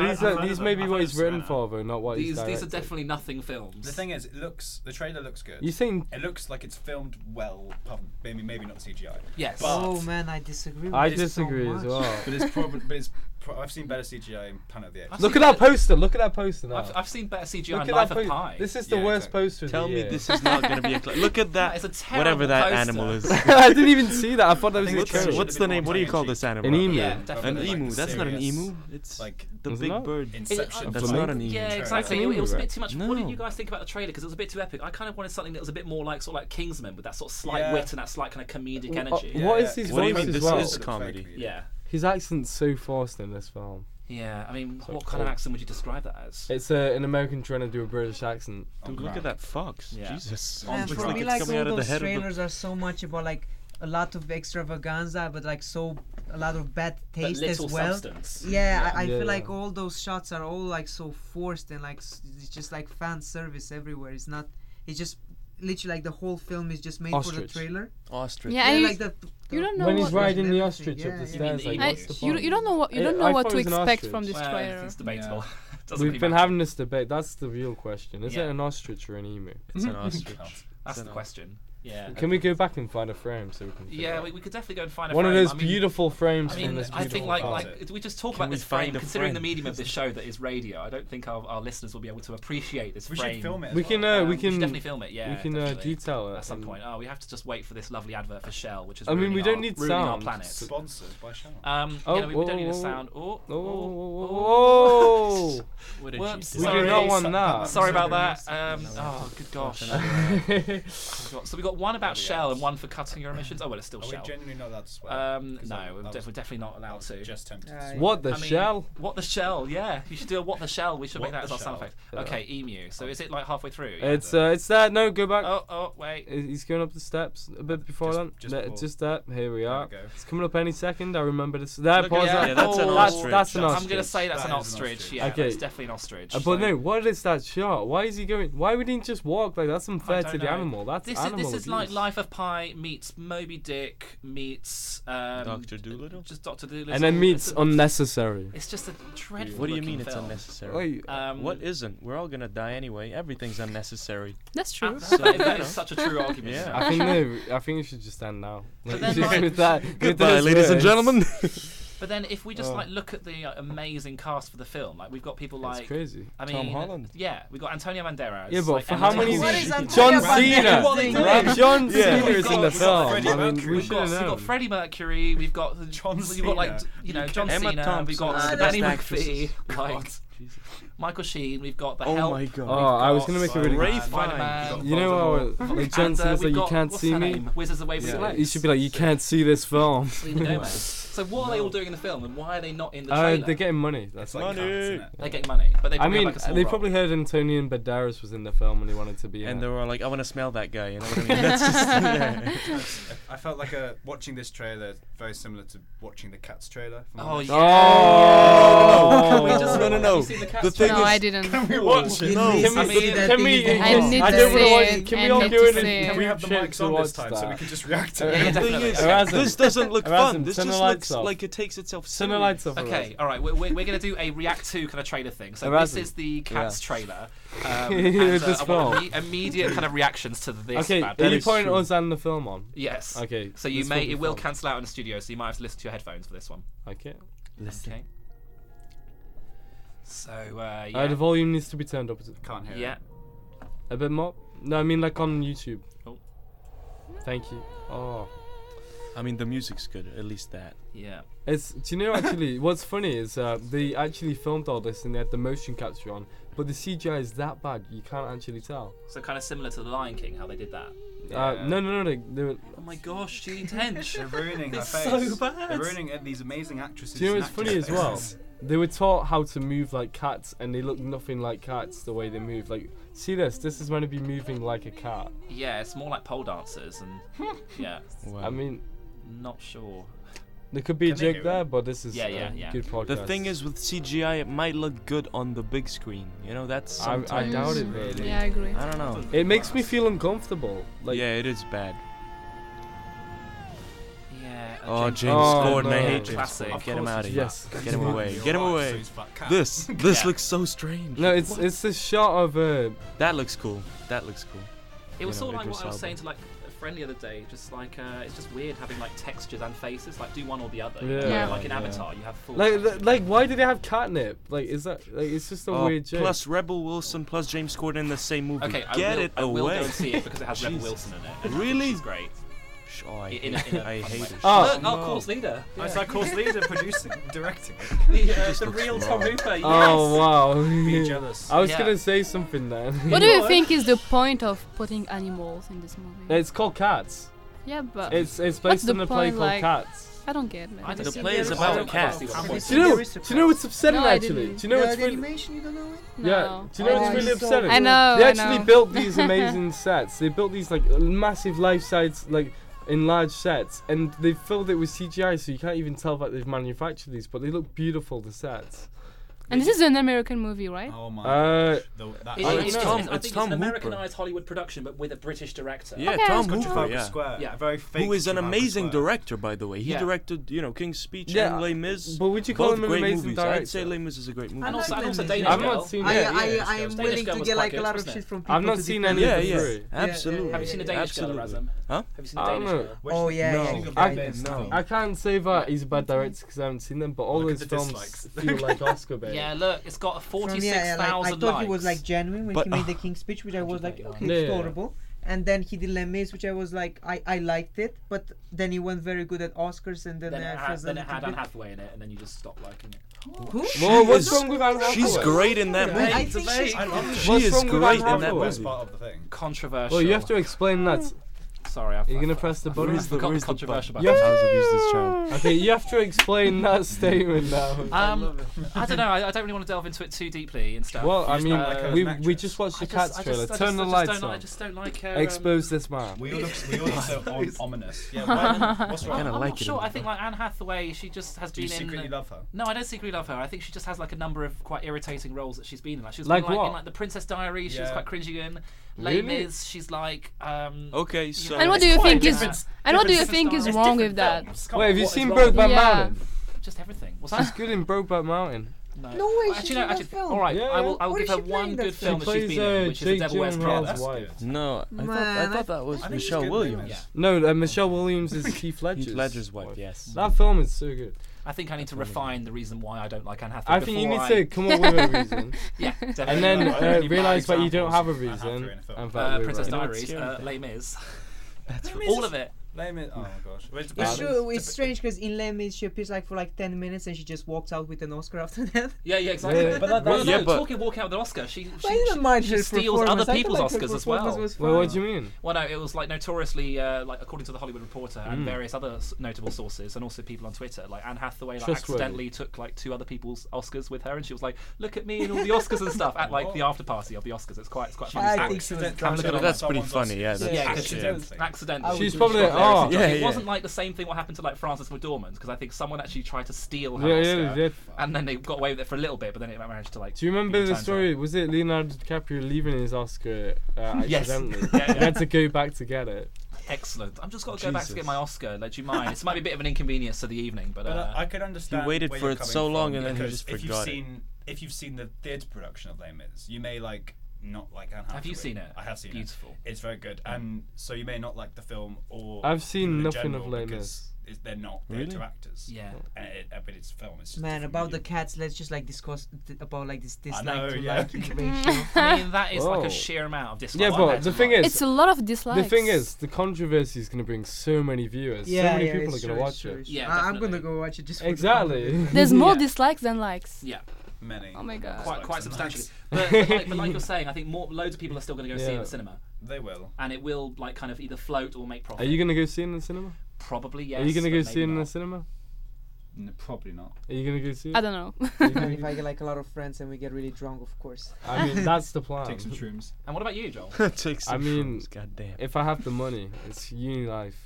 S3: these
S1: heard
S3: are,
S1: of
S3: these
S1: him.
S3: may
S1: I've
S3: be
S1: heard
S3: what
S1: of
S3: he's written for, though, not what he's
S1: These, these are
S3: directed.
S1: definitely nothing films.
S4: The thing is, it looks the trailer looks good.
S3: You think-
S4: it looks like it's filmed well? prob- Maybe maybe not CGI. but-
S6: Oh man, I disagree. With
S3: I
S6: this so
S3: disagree as
S6: much.
S3: well.
S4: but it's probably but it's pro- I've seen better CGI in Planet of the Apes.
S3: Look at that poster. Look at that poster now.
S1: I've, I've seen better CGI
S3: Look
S1: in
S3: at
S1: Life
S3: that
S1: of
S3: po-
S1: Pi.
S3: This is the worst poster.
S7: Tell
S3: of the
S7: me
S3: year.
S7: this is not going to be a. Cl- look at that.
S1: That is a
S7: whatever that
S1: terrible
S7: animal is.
S1: poster.
S3: I didn't even see that. I thought that was a
S7: what's,
S3: trailer.
S7: what's the name? What do you call this animal?
S3: An emu.
S1: Yeah,
S7: an
S1: definitely.
S7: emu.
S1: Like
S7: that's not an
S1: serious,
S7: emu. It's
S4: like
S7: the
S3: Is it
S7: big
S3: not?
S7: bird.
S1: Is it- uh,
S4: Inception.
S7: That's not an emu.
S1: Yeah,
S7: That's an
S1: exactly. It,
S7: emu,
S1: it was a
S7: right?
S1: bit too much. What did you guys think about the trailer? Because it was a bit too epic. I kind of wanted something that was a bit more like sort of like Kingsman with that sort of slight
S7: Yeah.
S1: wit and that slight kind of comedic
S3: Wh-
S1: energy.
S3: uh, what is his
S7: What do you
S3: voice
S7: mean
S3: as
S7: this
S3: well?
S7: is comedy?
S1: Yeah.
S3: His accent's so forced in this film.
S1: Yeah, I mean,
S3: So
S1: what kind of
S3: cool.
S1: accent would you describe that as?
S3: It's uh, an American trying to do a British accent.
S7: Dude, look at that fox.
S1: Yeah.
S7: Jesus.
S6: Man,
S7: Looks
S6: for
S7: like
S6: me,
S7: it's
S6: like
S7: coming
S6: all
S7: out of the
S6: those
S7: head of a-
S6: trailers are so much about like a lot of extravaganza, but like so a lot of bad taste
S1: little
S6: as well.
S1: substance.
S6: Yeah, I,
S1: Yeah.
S6: I
S1: Yeah,
S6: feel
S1: yeah.
S6: like all those shots are all like so forced and like s- it's just like fan service everywhere. It's not. It's just literally like the whole film is just made for the
S3: Ostrich.
S6: trailer.
S7: Ostrich.
S5: Yeah, and you- you don't know
S3: when
S5: what-
S3: he's riding the
S6: Everything,
S3: ostrich
S6: yeah,
S3: up the
S6: yeah.
S3: stairs. Like,
S5: I-
S3: what's the
S5: you,
S3: point?
S5: you don't know what you
S3: I-
S5: don't know
S3: I
S5: what
S3: thought it
S5: to
S3: was an
S5: expect
S3: ostrich.
S5: from this
S1: Well,
S5: trailer.
S1: it's debatable. Doesn't
S3: We've
S1: really
S3: been
S1: matter.
S3: having this debate. That's the real question. Is
S1: Yeah.
S3: it an ostrich or an emu?
S1: It's an ostrich. That's the question. Yeah.
S3: Can we go back and find a frame so we can? figure
S1: Yeah,
S3: out?
S1: we, we could definitely go and find a
S3: One of
S1: frame.
S3: those
S1: I mean-
S3: beautiful frames
S1: I mean,
S3: from this
S1: I think
S3: beautiful
S1: like
S3: art.
S1: like if we just talk
S7: Can
S1: about
S7: we
S1: this frame,
S7: find a
S1: considering the
S7: frame?
S1: medium of this show that is radio. I don't think our, our listeners will be able to appreciate this
S4: We should
S1: frame.
S4: film it as
S3: We can, uh,
S1: Um,
S3: we
S1: should
S3: can-
S1: definitely film it.
S3: we
S1: Yeah,
S3: can, uh,
S1: definitely.
S3: detail it
S1: at some
S3: and-
S1: point. Oh, we have to just wait for this lovely advert for Shell, which is.
S3: I mean,
S1: ruining
S3: we don't
S1: our,
S3: need
S1: ruining our
S3: sound.
S1: planet.
S4: Sponsored by Shell.
S1: Um,
S3: Oh,
S1: you know, we, we don't need
S3: whoa,
S1: a
S3: whoa,
S1: sound. Oh, oh,
S3: Oh!
S7: What did you
S1: Whoops,
S7: do?
S3: We do
S1: sorry.
S3: not want that.
S1: Sorry about that.
S3: Sorry.
S1: Um, oh, good gosh. I've got- so we got one about Shell and one for cutting your emissions. Oh well, it's still
S4: Are we
S1: Shell.
S4: genuinely not allowed to swear?
S1: Um,
S4: 'Cause that-
S1: no, we're
S4: that was-
S1: definitely, definitely not allowed to.
S4: Just tempted. to swear.
S3: What the shell?
S1: What the shell? Yeah, you should do a what the shell. We should
S4: What
S1: make that as
S4: the
S1: our sound
S4: shell.
S1: effect. Okay, emu. So is it like halfway through? Yeah.
S3: It's uh, it's that. No, go back.
S1: Oh, oh, wait. Uh,
S3: I- He's going up the steps a bit before
S1: Just-
S3: that.
S1: just
S3: There-
S1: before.
S3: Just that. Here we are.
S1: we go.
S3: It's coming up any second. I remember this. There,
S1: Look at
S3: pause.
S1: that.
S3: that. Oh,
S1: Yeah, that's an
S3: That's,
S1: ostrich.
S3: that's an
S1: I'm
S3: ostrich.
S1: gonna say that's That an is an ostrich, ostrich. yeah,
S3: okay.
S1: that's definitely an ostrich,
S3: Uh, but
S1: so-
S3: no, what is that shot? Why is he going? Why would he just walk like that's
S1: I
S3: unfair
S1: don't
S3: to the
S1: know.
S3: animal? That's
S1: this
S3: animal
S1: is this is like
S3: abuse.
S1: Life of Pi meets Moby Dick meets um,
S7: Dr. Doolittle.
S1: Just Doctor Doolittle.
S3: And then
S1: It's
S3: meets
S1: a-
S3: unnecessary. Oh,
S1: It's just a dreadful.
S7: What do you
S1: looking
S7: mean it's
S1: film. Um,
S7: unnecessary?
S3: Wait.
S7: what isn't? We're all gonna die anyway. Everything's unnecessary.
S5: That's true.
S1: That- that- that is such a true argument.
S7: Yeah.
S3: I think no, I think you should just end now.
S1: But
S3: Like,
S1: then,
S3: just
S1: like-
S3: with that, with
S7: Goodbye,
S3: those
S7: ladies and
S3: words.
S7: gentlemen.
S1: But then, if we just
S3: Oh.
S1: like look at the uh, amazing cast for the film, like we've got people
S3: That's
S1: like
S3: crazy.
S1: I mean,
S3: Tom Holland.
S1: Yeah, we got Antonio Banderas.
S3: Yeah, but
S1: like
S3: for how
S1: Emily
S3: many?
S1: Blunt.
S3: John Cena.
S1: What they do.
S3: Right, John
S1: Yeah.
S3: Cena
S1: We've
S3: is
S1: got-
S3: in the
S1: we've got
S3: film.
S1: Freddie
S3: I mean,
S1: Mercury,
S3: we
S1: We've
S3: should have
S1: got, we've got
S3: known.
S1: Freddie Mercury. We've got John. Ah, We've got like
S7: Cena.
S1: you know John
S7: Emma
S1: Cena. we've
S7: Thompson,
S1: got
S7: best
S1: Danny
S7: actress.
S1: McPhee. Like Michael Sheen. We've got the
S7: Oh
S1: Help.
S7: my God.
S1: we've
S3: Oh, I was
S1: got
S3: gonna make a really
S1: Ray
S3: good-
S1: Fineman.
S3: You know what?
S1: And,
S3: Like
S1: uh,
S3: Johnson was
S1: we've
S3: like, you
S1: got-
S3: can't
S1: what's
S3: see
S1: her
S3: me.
S1: name? Wizards of Waverly
S3: Yeah.
S1: Place.
S3: You should be like, you can't see this film.
S1: Selena Gomez. so what are they all doing in the film, and why are they not in the
S3: Uh,
S1: trailer?
S3: they're getting money. That's
S1: like
S3: like
S1: Money. cards, innit? They're getting money, but they
S3: I
S1: probably have,
S3: mean,
S1: like, a small
S3: they
S1: role.
S3: probably heard Antonio and Banderas was in the film and he wanted to be in.
S7: And
S3: it.
S7: they were all like, I want to smell that guy. You know what I mean? That's just, yeah.
S4: I felt like uh watching this trailer very similar to watching the Cats trailer. from
S1: Oh,
S4: last
S1: yeah.
S4: year.
S3: Oh.
S1: Can we just-
S7: no, no,
S1: have
S7: no.
S1: you seen the Cats
S7: The thing
S3: thing
S5: No,
S3: is-
S5: I didn't. Can we watch it?
S3: No.
S5: Please
S3: Can we?
S5: see that
S3: Can
S5: thing
S3: we?
S5: again. I
S3: yes,
S5: need
S3: I
S5: to
S3: don't
S5: see
S3: wanna watch
S5: it.
S3: it. Can
S5: I
S3: we all
S5: need
S3: do
S5: to
S3: it?
S5: see it.
S4: Can we have the mics on this time so we can just react to it?
S7: The thing is, this doesn't look fun. This just looks like it takes itself. seriously.
S1: Okay, all right. We're, we're, we're going to do a React 2 kind of trailer thing. So
S3: Erasm.
S1: this is the Cats
S3: Yeah.
S1: trailer. Um, and,
S3: It's
S1: uh,
S3: just
S1: I want
S3: wrong.
S1: imme- immediate kind of reactions to this.
S3: Okay,
S1: bad
S3: can
S1: boy.
S3: you point us and the film on?
S1: Yes.
S3: Okay.
S1: So you
S3: this
S1: may
S3: be
S1: it will
S3: fun.
S1: cancel out in the studio, so you might have to listen to your headphones for this one.
S3: Okay.
S1: Listen. Okay. So uh, yeah.
S3: Uh, the volume needs to be turned up. Can't
S1: hear Yeah. it.
S3: A bit more? No, I mean like on YouTube.
S1: Oh.
S3: Thank you. Oh.
S7: I mean, the music's good. At least that.
S1: Yeah.
S3: It's do you know actually what's funny is uh, they actually filmed all this and they had the motion capture on, but the CGI is that bad you can't actually tell.
S1: So kind of similar to the Lion King, how they did that.
S3: Uh, no, no, no, no. They were,
S1: Oh my gosh, Judy Dench.
S4: They're ruining
S1: It's
S4: her face.
S1: so bad.
S4: They're ruining uh, these amazing actresses.
S3: do you know
S4: and
S3: what's funny as
S4: actors'
S3: well?
S4: faces.
S3: They were taught how to move like cats and they look nothing like cats the way they move. Like, see this? This is meant to be moving like a cat.
S1: Yeah, it's more like pole dancers and yeah.
S3: I mean,
S1: Not sure.
S3: there could be
S1: Can
S3: a
S1: they
S3: joke
S1: do it?
S3: there, but this is um,
S1: Yeah, yeah,
S3: a
S1: yeah.
S3: good podcast.
S7: The thing is, with CGI, it might look good on the big screen. You know, that's.
S3: I- I
S7: sometimes
S3: doubt it, really.
S5: Yeah, I agree.
S7: I don't know.
S3: it makes me feel uncomfortable. Like,
S7: yeah, it is bad.
S1: Yeah.
S7: Oh,
S3: James-
S7: James
S3: Oh,
S7: Gordon, I
S3: no.
S7: hate James
S3: Classic.
S7: Gordon.
S3: Of
S7: Get him
S3: course
S7: out of
S3: he's
S7: here.
S3: fat.
S7: Get him
S3: Yes.
S7: away.
S3: You're
S7: Get him
S3: right, so
S7: away.
S3: he's fat cat.
S7: This, this
S3: Yeah.
S7: looks so strange.
S3: No, it's it's the shot of uh,
S7: That looks cool. That looks cool.
S1: It was
S7: You know,
S1: sort of like what
S7: Idris
S1: I was
S7: Elba.
S1: saying to like a friend the other day. Just like uh, it's just weird having like textures and faces. Like do one or the other. you know,
S3: Yeah.
S1: Like in
S3: Yeah.
S1: Avatar, you have full.
S3: like th- like why do they have catnip? Like is that like it's just a
S7: Oh,
S3: weird joke.
S7: plus Rebel Wilson plus James Corden in the same movie.
S1: Okay, I
S7: Get
S1: will-
S7: it
S1: I will
S7: away.
S1: go and see it because it has Rebel
S7: Jesus.
S1: Wilson in it, and I think
S7: really?
S1: she's great.
S7: Sh- Oh, I hate,
S1: In a- in a
S7: I
S1: fun
S7: hate
S1: way.
S7: it.
S1: Oh, Look, our no. course leader.
S4: Oh, it's
S1: Yeah.
S4: our course leader producing, directing it.
S1: The, uh, the real Tom Hooper. Yes.
S3: Oh wow.
S4: Be jealous.
S3: I was
S1: Yeah.
S3: gonna say something then.
S5: What do you think is the point of putting animals in this movie?
S3: It's called Cats.
S5: Yeah, but
S3: It's it's
S5: what's
S3: based on
S5: the
S3: a play
S5: point,
S3: called
S5: like-
S3: Cats.
S5: I don't get it.
S1: I
S7: The play is about cats.
S3: Do you know? Do you know what's upsetting
S5: No, I
S3: actually?
S5: didn't.
S3: Do you know
S5: No,
S3: what's
S5: I
S3: really?
S6: Animation, you don't know it?
S3: Yeah. Do you know
S5: Oh,
S3: what's
S5: it's
S3: really
S5: so
S3: upsetting?
S5: I know,
S3: They
S5: I
S3: actually
S5: know.
S3: built these amazing sets. They built these like massive life size like enlarged sets, and they filled it with CGI, so you can't even tell that they've manufactured these. But they look beautiful. The sets.
S5: And this is an American movie, right?
S4: Oh
S3: Uh,
S1: It-
S3: I
S1: it-
S3: don't
S1: it's,
S3: know.
S1: Tom, I think it's an Americanised Hollywood production, but with a British director.
S7: Yeah, Tom Hooper,
S4: Trafalgar
S7: yeah.
S4: Square,
S1: Yeah.
S4: a very fake
S7: Who is an
S4: Trafalgar
S7: amazing
S4: Square.
S7: director, by the way. He
S1: Yeah.
S7: directed, you know, King's Speech
S3: Yeah,
S7: and Les Mis.
S3: but would you call
S7: both
S3: him an
S7: great
S3: amazing
S7: movies.
S3: director?
S7: I'd say Les Mis is a great movie.
S1: And also, and also
S6: I've
S1: Danish
S3: not
S1: Girl.
S3: seen
S6: I,
S3: Yeah,
S6: I,
S3: yeah,
S6: I
S1: Danish
S6: am willing
S1: Girl
S6: to
S1: was
S6: get
S1: quite
S6: like a
S1: good,
S6: lot of
S1: wasn't
S6: shit
S1: it?
S6: from people.
S3: I've not
S6: to
S3: seen
S6: defend
S3: any
S7: Yeah,
S3: of the
S7: yeah.
S3: three.
S7: Absolutely.
S1: Have you seen a Danish Girl, Razum?
S7: Absolutely. Huh?
S1: Have you seen a
S3: I don't
S1: Danish
S3: know.
S1: Girl?
S6: Oh yeah,
S7: No.
S6: yeah.
S3: I,
S6: yeah.
S7: no.
S3: I can't say that he's a bad director because I haven't seen them, but all his films feel like Oscar bait.
S1: Yeah, look, it's got
S6: From-
S1: 46,000
S6: yeah, yeah, like, I thought
S1: likes.
S6: he was like genuine when
S7: But-
S6: he made the King's Speech, which I was like, okay, it's
S3: Yeah.
S6: tolerable. And then he did Les Mis, which I was like, I, I liked it, but then he went very good at Oscars, and then,
S1: then,
S6: uh,
S1: it had,
S6: Frozen
S1: then it
S6: did
S1: had
S6: bit-
S1: Anne Hathaway in it, and then you just stopped liking it.
S6: Who?
S3: Well, what's
S7: She
S3: wrong with Anne Hathaway?
S7: She's great in that
S6: Wait, I
S7: movie.
S6: think she's
S4: I love
S7: She
S3: What's
S7: is
S3: wrong with
S7: great
S3: Anne
S7: in that
S3: Hathaway?
S7: movie.
S4: Best part of the thing.
S1: Controversial.
S3: Well, you have to explain
S6: Hmm.
S3: that.
S1: Sorry, I've,
S3: You're
S1: I've-
S3: gonna press the
S7: Where
S3: button.
S7: is the,
S1: forgot
S7: where
S1: the
S7: is the
S1: controversial
S7: button?
S1: button.
S7: I was abused this child.
S3: Okay, you have to explain that statement now.
S1: Um, I don't know. I, I don't really want to delve into it too deeply and stuff.
S3: Well, I
S4: just
S3: mean,
S4: don't like uh, her
S3: we,
S4: as an
S3: we just watched the
S1: I just-
S3: Cats
S1: I just-
S3: trailer.
S1: I just-
S3: Turn the
S1: I just
S3: lights
S1: don't-
S3: on.
S1: I just don't like her.
S3: Expose this man.
S4: We all look, we all look so om- ominous. Yeah, why- what's
S1: Um,
S4: wrong?
S1: I'm,
S7: kinda
S1: I'm
S7: like
S1: not
S7: it
S1: sure.
S7: in
S1: I think like Anne Hathaway, she just has
S4: Do you
S1: been in.
S4: secretly love her?
S1: No, I don't secretly love her. I think she just has like a number of quite irritating roles that she's been in. Like she was
S3: Like
S1: in, like,
S3: what?
S1: in like the Princess Diaries. She was
S4: Yeah.
S1: quite cringy in.
S3: Really?
S1: Les Mis, she's like. Um,
S7: Okay,
S1: you
S7: so-
S1: know,
S5: And what
S1: it's
S5: do you
S1: quite
S5: think is
S1: different-
S5: and what do you
S1: different
S5: think is
S1: styles,
S5: wrong
S1: different
S5: with that?
S1: films. Come
S3: Wait,
S1: on,
S3: have you
S1: what is
S3: seen
S1: wrong with
S3: Brokeback
S1: that?
S5: Yeah.
S3: Mountain?
S1: Just everything. What's
S3: She's
S1: that?
S3: good in Brokeback Mountain.
S6: No way, she's
S1: Actually,
S6: in
S1: no.
S6: that
S1: Actually,
S6: film.
S1: all right.
S3: Yeah,
S1: I will.
S3: yeah.
S1: I will
S6: What
S1: give
S6: is
S1: her
S6: she playing
S1: one
S6: that
S1: good
S6: film?
S1: film
S3: She
S1: that she's
S3: plays,
S1: been in,
S3: uh,
S1: which is The
S3: Jake
S1: Devil Wears
S3: Gyllenhaal.
S1: Prada.
S4: That's
S3: why.
S4: good.
S7: No, I
S6: Man,
S7: thought, I
S6: I-
S7: thought that was
S4: I think she's
S7: Michelle
S4: good in
S7: Williams.
S4: Williams.
S3: No, uh, Michelle Williams is Heath Ledger's.
S7: Heath Ledger's wife,
S3: wife.
S7: yes.
S3: That film is so good.
S1: I think I need to refine the reason why I don't like Anne Hathaway.
S3: I think you
S1: before
S3: need
S1: I-
S3: to come up with a reason,
S1: Yeah, definitely.
S3: and then
S4: Well, I don't
S3: uh,
S4: need my
S3: realize that you don't
S4: examples.
S3: have a
S4: I have
S3: reason.
S4: three in a film.
S3: and that
S1: uh,
S3: we're
S1: Princess
S3: right.
S1: Diaries,
S7: scary
S1: uh,
S7: thing.
S1: Les Mis,
S4: Lame
S1: all of it.
S4: Lame it. Oh my gosh. Well, it
S6: It's,
S4: depends.
S6: true, it's strange because in Les Mis she appears like for like 10 minutes and she just walked out with an Oscar after that.
S1: Yeah, yeah, exactly.
S3: Yeah.
S1: But that,
S7: Well,
S1: that's
S7: yeah,
S1: no,
S7: but-
S1: talking walk out with an Oscar, she she,
S6: I didn't
S1: she-
S6: mind
S1: she
S6: her
S1: steals
S6: performance.
S1: other
S6: I thought,
S1: people's
S6: like, her
S1: Oscars as
S6: performance
S1: well.
S6: was
S3: Well, what
S6: fine.
S3: do you mean?
S1: Well, no, it was like notoriously, uh, like according to the Hollywood Reporter
S3: Mm.
S1: and various other s- notable sources, and also people on Twitter, like Anne Hathaway, like
S3: Trustworthy.
S1: accidentally took like two other people's Oscars with her, and she was like, "Look at me and all the Oscars and stuff" at like the
S3: Oh.
S1: after party of the Oscars. It's quite, it's quite funny.
S6: I
S1: stuff.
S6: think she was
S4: Accident-
S6: drunk.
S1: Have a look at
S7: But
S1: all
S7: that's
S1: that.
S7: pretty
S4: Someone's
S7: funny, yeah.
S6: Oscar.
S7: That's
S1: Yeah,
S7: yeah,
S1: because
S4: accidentally.
S1: accidentally.
S3: She's probably like,
S1: oh,
S3: yeah,
S1: It
S3: yeah.
S1: wasn't like the same thing what happened to like Francis McDormand because I think someone actually tried to steal her
S3: Yeah, yeah,
S1: Oscar,
S3: they did.
S1: and then they got away with it for a little bit, but then it managed to like.
S3: Do you remember
S1: beat
S3: the
S1: time.
S3: story? Was it Leonardo DiCaprio leaving his Oscar uh,
S1: Yes.
S3: accidentally?
S1: Yeah, yeah.
S3: He had to go back to get it.
S1: Excellent. I've just got to go back to get
S3: Jesus.
S1: my Oscar. Like, do you mind? this might be a bit of an inconvenience to the evening, but,
S4: But
S1: uh,
S4: I, I could understand.
S7: He waited
S4: where
S7: for
S4: you're
S7: it
S4: coming
S7: so
S4: from,
S7: long and then he
S4: because
S7: just
S4: if you've
S7: forgot it.
S4: seen if you've seen the theatre production of Les Mis, you may like not like Anne
S1: Have you
S4: Hathaway.
S1: seen it?
S4: I have seen
S1: Beautiful. Mm.
S4: it. Beautiful. It's very good, and so you may not like the film or.
S3: I've seen
S4: people in
S3: nothing of
S4: general
S3: Les
S4: because it's- They're not they're
S3: Really?
S4: two actors.
S1: Yeah.
S4: And it, uh, but it's film. It's just
S6: Man,
S4: different
S6: about
S4: medium.
S6: the cats, let's just like discuss th- about like this dislike
S4: know,
S6: to
S4: yeah.
S6: like ratio.
S1: I mean, that is like
S3: Whoa.
S1: a sheer amount of dislike.
S3: Yeah,
S1: compared
S3: but
S1: to
S3: the thing
S1: mine.
S3: is,
S5: It's a lot of dislikes.
S3: The thing is, the controversy is going to bring so many viewers. so
S6: Yeah,
S3: many
S6: yeah,
S3: people are
S6: it's
S3: going to
S6: true,
S3: watch
S6: it's true,
S3: it.
S6: it's true. Yeah, I- I'm gonna go watch it just for the
S3: exactly.
S5: There's more dislikes than likes.
S1: Yeah.
S4: Many.
S5: Oh my god.
S1: quite quite
S4: Likes and
S1: substantially.
S4: likes.
S1: But like, but like you're saying, I think more loads of people are still going to go see it in
S3: Yeah.
S1: the cinema.
S4: They will.
S1: And it will like kind of either float or make
S3: Are
S1: profit.
S3: you going to go see it in the cinema?
S1: Probably
S3: Are you
S1: yes,
S3: going to
S1: but
S3: go see it
S1: maybe
S3: in the
S1: not.
S3: cinema?
S4: No, probably not.
S3: Are you going to go see it?
S5: I don't know.
S3: gonna
S6: if I get like a lot of friends and we get really drunk, of course.
S3: I mean, that's the plan.
S4: Take some shrooms.
S1: And what about you, Joel?
S7: Take
S3: I
S7: some
S3: mean,
S7: shrooms, goddamn.
S3: if I have the money, it's uni life.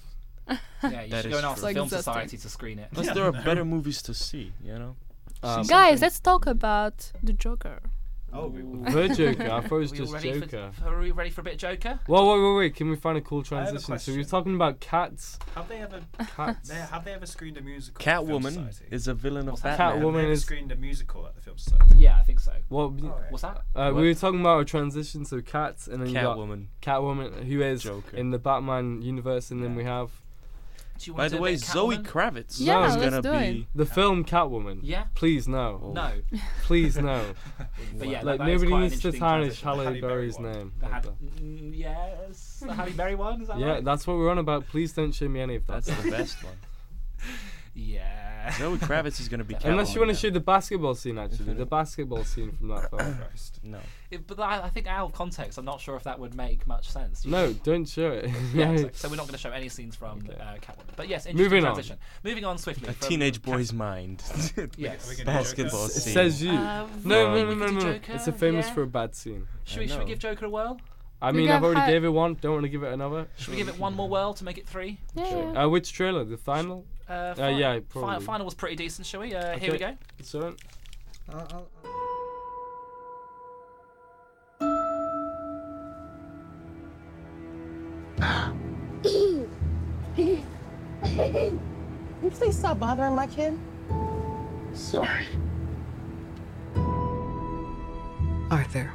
S1: yeah, you
S7: That
S1: should
S7: is
S1: go and ask
S7: true.
S1: the
S7: Like
S1: Film
S7: Zesty.
S1: Society to screen it.
S7: Plus, there are better movies to see, you know?
S3: Um,
S7: See
S5: Guys,
S7: something-
S5: let's talk about the Joker.
S4: Oh,
S3: The Joker. I thought it was
S1: Are we all
S3: just
S1: ready for-
S3: Joker.
S1: are we ready for a bit of Joker?
S3: Well, wait, wait, wait. Can we find a cool
S4: have a
S3: transition? So we were talking about cats.
S4: Have they ever?
S3: Cats.
S4: They, have they ever screened a musical? at the Film
S7: Catwoman
S4: Society?
S7: is a villain of
S3: that?
S7: Batman.
S4: Have they
S3: Catwoman
S4: ever
S3: is-
S4: screened a musical at the film society. Oh,
S1: Yeah, I think so.
S3: What?
S7: Oh,
S1: What's that?
S3: Uh,
S7: What?
S3: we were talking about a transition, so cats, and then
S7: Catwoman.
S3: you got Catwoman, who is
S7: Joker.
S3: in the Batman universe, and then we have
S1: Do you
S7: By
S1: want
S7: the
S1: to
S7: way, Zoe Kravitz
S5: Yeah,
S7: is
S5: let's
S7: gonna
S5: do
S7: be. Oh.
S5: it.
S3: the film Catwoman.
S1: Yeah.
S3: Please no.
S1: No.
S3: Please no.
S1: But yeah,
S3: like
S1: that- that is
S3: nobody
S1: quite an
S3: needs to
S1: interesting
S3: tarnish
S1: transition. The
S3: Halle
S1: Halle Berry
S3: Berry's
S1: one.
S3: name.
S1: The
S3: like
S1: Had- Mm, yes,
S4: Hmm.
S1: the Halle Berry one. Is
S3: that.
S1: that
S3: Yeah,
S1: right?
S3: that's what we're on about. Please don't show me any of that.
S7: That's the best one.
S1: yeah.
S7: Zoe Kravitz is gonna be.
S3: Unless you want
S7: Catwoman.
S3: to show the basketball scene, actually, the basketball scene from that film.
S7: No.
S1: It- but I, I think out of context, I'm not sure if that would make much sense. Do you
S3: No,
S1: think?
S3: don't show it.
S1: Yeah, exactly. So we're not going to show any scenes from uh, Catwoman. But yes, interesting
S3: Moving on.
S1: transition. Moving on swiftly.
S7: A
S1: from
S7: teenage
S1: Cat-
S7: boy's mind.
S1: Yes. We can do
S7: Basketball
S3: It
S7: scene.
S3: says you.
S1: Uh,
S3: no,
S1: we
S3: no, no,
S1: could
S3: no,
S1: do
S3: no.
S1: Joker,
S3: It's a famous
S1: yeah.
S3: for a bad scene.
S1: Should we, should we
S7: know.
S1: give Joker a whirl?
S3: I
S5: We
S3: mean, I've
S5: got
S3: already
S5: hi-
S3: gave it one. Don't want to give it another.
S1: Should we give it one more whirl to make it three?
S5: Yeah.
S3: Uh, which trailer? The final?
S1: Uh,
S3: Uh,
S1: fi-
S3: yeah,
S1: fi-
S3: probably.
S1: final was pretty decent, shall we? Uh, Here we go.
S3: Okay. So,
S6: I'll- I'll-
S14: you please stop bothering my kid?
S15: Sorry.
S14: Arthur,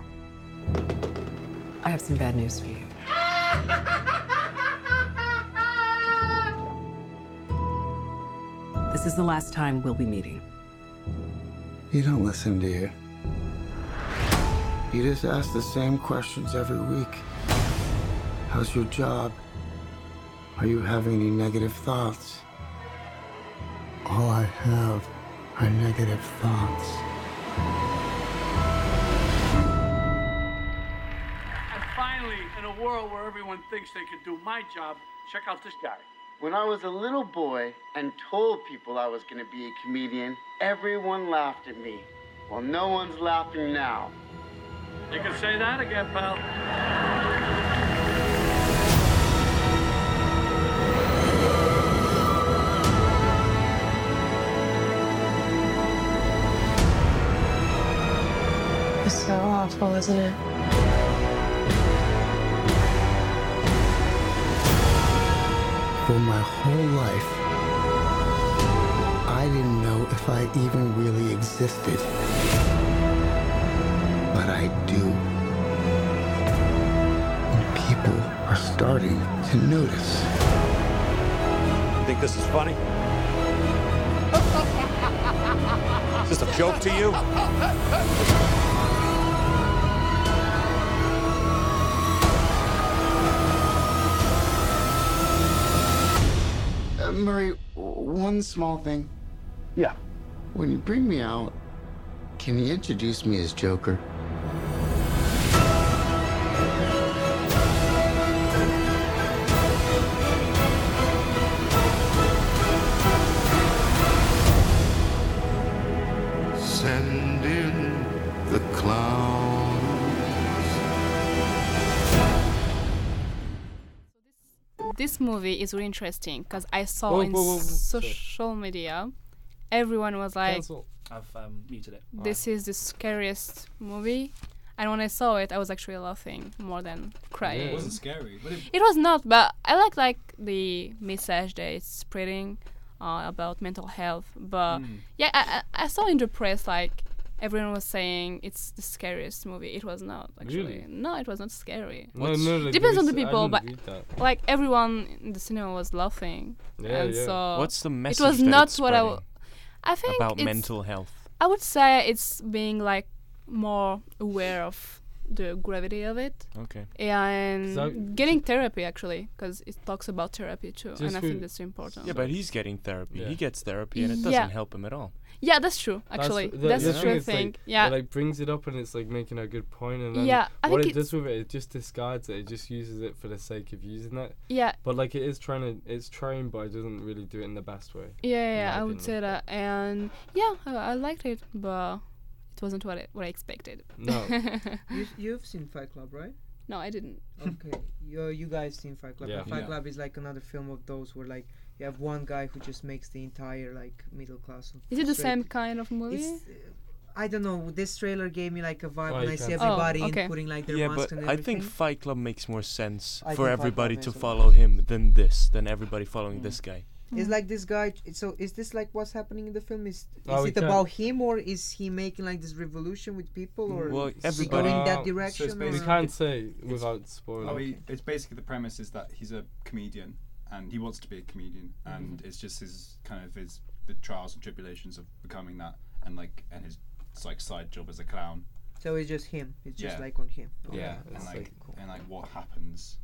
S14: I have some bad news for you. This is the last time we'll be meeting.
S10: You don't listen, do you? You just ask the same questions every week. How's your job? Are you having any negative thoughts? All I have are negative thoughts.
S16: And finally, in a world where everyone thinks they can do my job, check out this guy.
S17: When I was a little boy and told people I was going to be a comedian, everyone laughed at me. Well, no one's laughing now.
S16: You can say that again, pal.
S14: It's so awful, isn't it?
S10: For my whole life, I didn't know if I even really existed. But I do. And people are starting to notice.
S18: You think this is funny? Is this a joke to you?
S17: Uh, Murray, one small thing.
S10: Yeah.
S17: When you bring me out, can you introduce me as Joker?
S19: Send in the clowns.
S5: this movie is really interesting because I saw
S1: Whoa,
S5: in
S1: whoa, whoa, whoa. Sorry.
S5: social media, everyone was like,
S1: I've um, muted it.
S5: "This is the scariest movie," and when I saw it, I was actually laughing more than crying.
S4: It wasn't scary, but it-
S5: was not, but I like like the message that it's spreading uh, about mental health. But
S4: Mm.
S5: yeah, I, I I saw in the press like everyone was saying it's the scariest movie. It was not actually.
S3: Really?
S5: No, it was not scary.
S3: No, What's- no, like,
S5: Depends on the
S3: it's- I
S5: people,
S3: didn't
S5: but
S3: read that.
S5: like everyone in the cinema was laughing.
S7: Yeah,
S5: and
S7: yeah.
S5: So
S7: What's the message
S5: It was
S7: that
S5: not
S7: it's
S5: what I. W- I think
S7: about
S5: it's-
S7: mental health.
S5: I would say it's being like more aware of the gravity of it.
S7: Okay.
S5: And
S7: So-
S5: getting therapy actually, because it talks about therapy too,
S7: Just
S5: and I
S7: we-
S5: think that's important.
S7: Yeah, but he's getting therapy. He gets therapy, and it doesn't
S5: Yeah.
S7: help him at all.
S5: Yeah, that's true. Actually,
S3: the-
S5: that's,
S3: the
S5: the true
S3: is, like,
S5: thing. yeah,
S3: It like brings it up and it's like making a good point and then
S5: Yeah, I
S3: what
S5: think
S3: it does with it, it just discards it. It just uses it for the sake of using it.
S5: Yeah.
S3: But like it is trying to, it's trying, but it doesn't really do it in the best way.
S5: yeah, yeah, yeah,
S3: in my
S5: I would
S3: opinion.
S5: say that. And yeah, I, I liked it, but it wasn't what I, what I expected.
S6: you, you've seen Fight Club, right?
S5: no, I didn't.
S6: okay, you, you guys seen Fight Club.
S5: Yeah.
S6: But Fight
S5: Yeah.
S6: Club is like another film of those where like you have one guy who just makes the entire like middle class.
S5: Is it the
S6: straight-
S5: same kind of movie?
S6: It's, I don't know. This trailer gave me like a vibe
S5: Oh,
S6: when
S5: you
S6: I see
S5: can't see.
S6: everybody
S5: Oh, okay.
S6: putting like their
S7: yeah,
S6: masks
S7: but
S6: and
S7: I
S6: everything.
S7: think Fight Club makes more sense
S6: I think
S7: for
S6: Fight Club
S7: everybody
S6: makes
S7: to
S6: a lot
S7: follow him than this, than everybody following
S6: Mm.
S7: this guy.
S6: It's like this guy. So is this like what's happening in the film? Is is
S7: Oh, we
S6: it
S7: can't-
S6: about him or is he making like this revolution with people or
S7: Well,
S6: is he going that direction?
S4: So it's
S6: or-
S4: basically-
S3: can't say without
S4: it's-
S3: spoiling.
S4: I mean, it's basically the premise is that he's a comedian and he wants to be a comedian,
S3: Mm-hmm.
S4: and it's just his kind of his the trials and tribulations of becoming that, and like and his it's like side job as a clown.
S6: So it's just him. It's just
S4: Yeah.
S6: like on him.
S4: Yeah,
S6: Okay.
S4: and like and like what happens,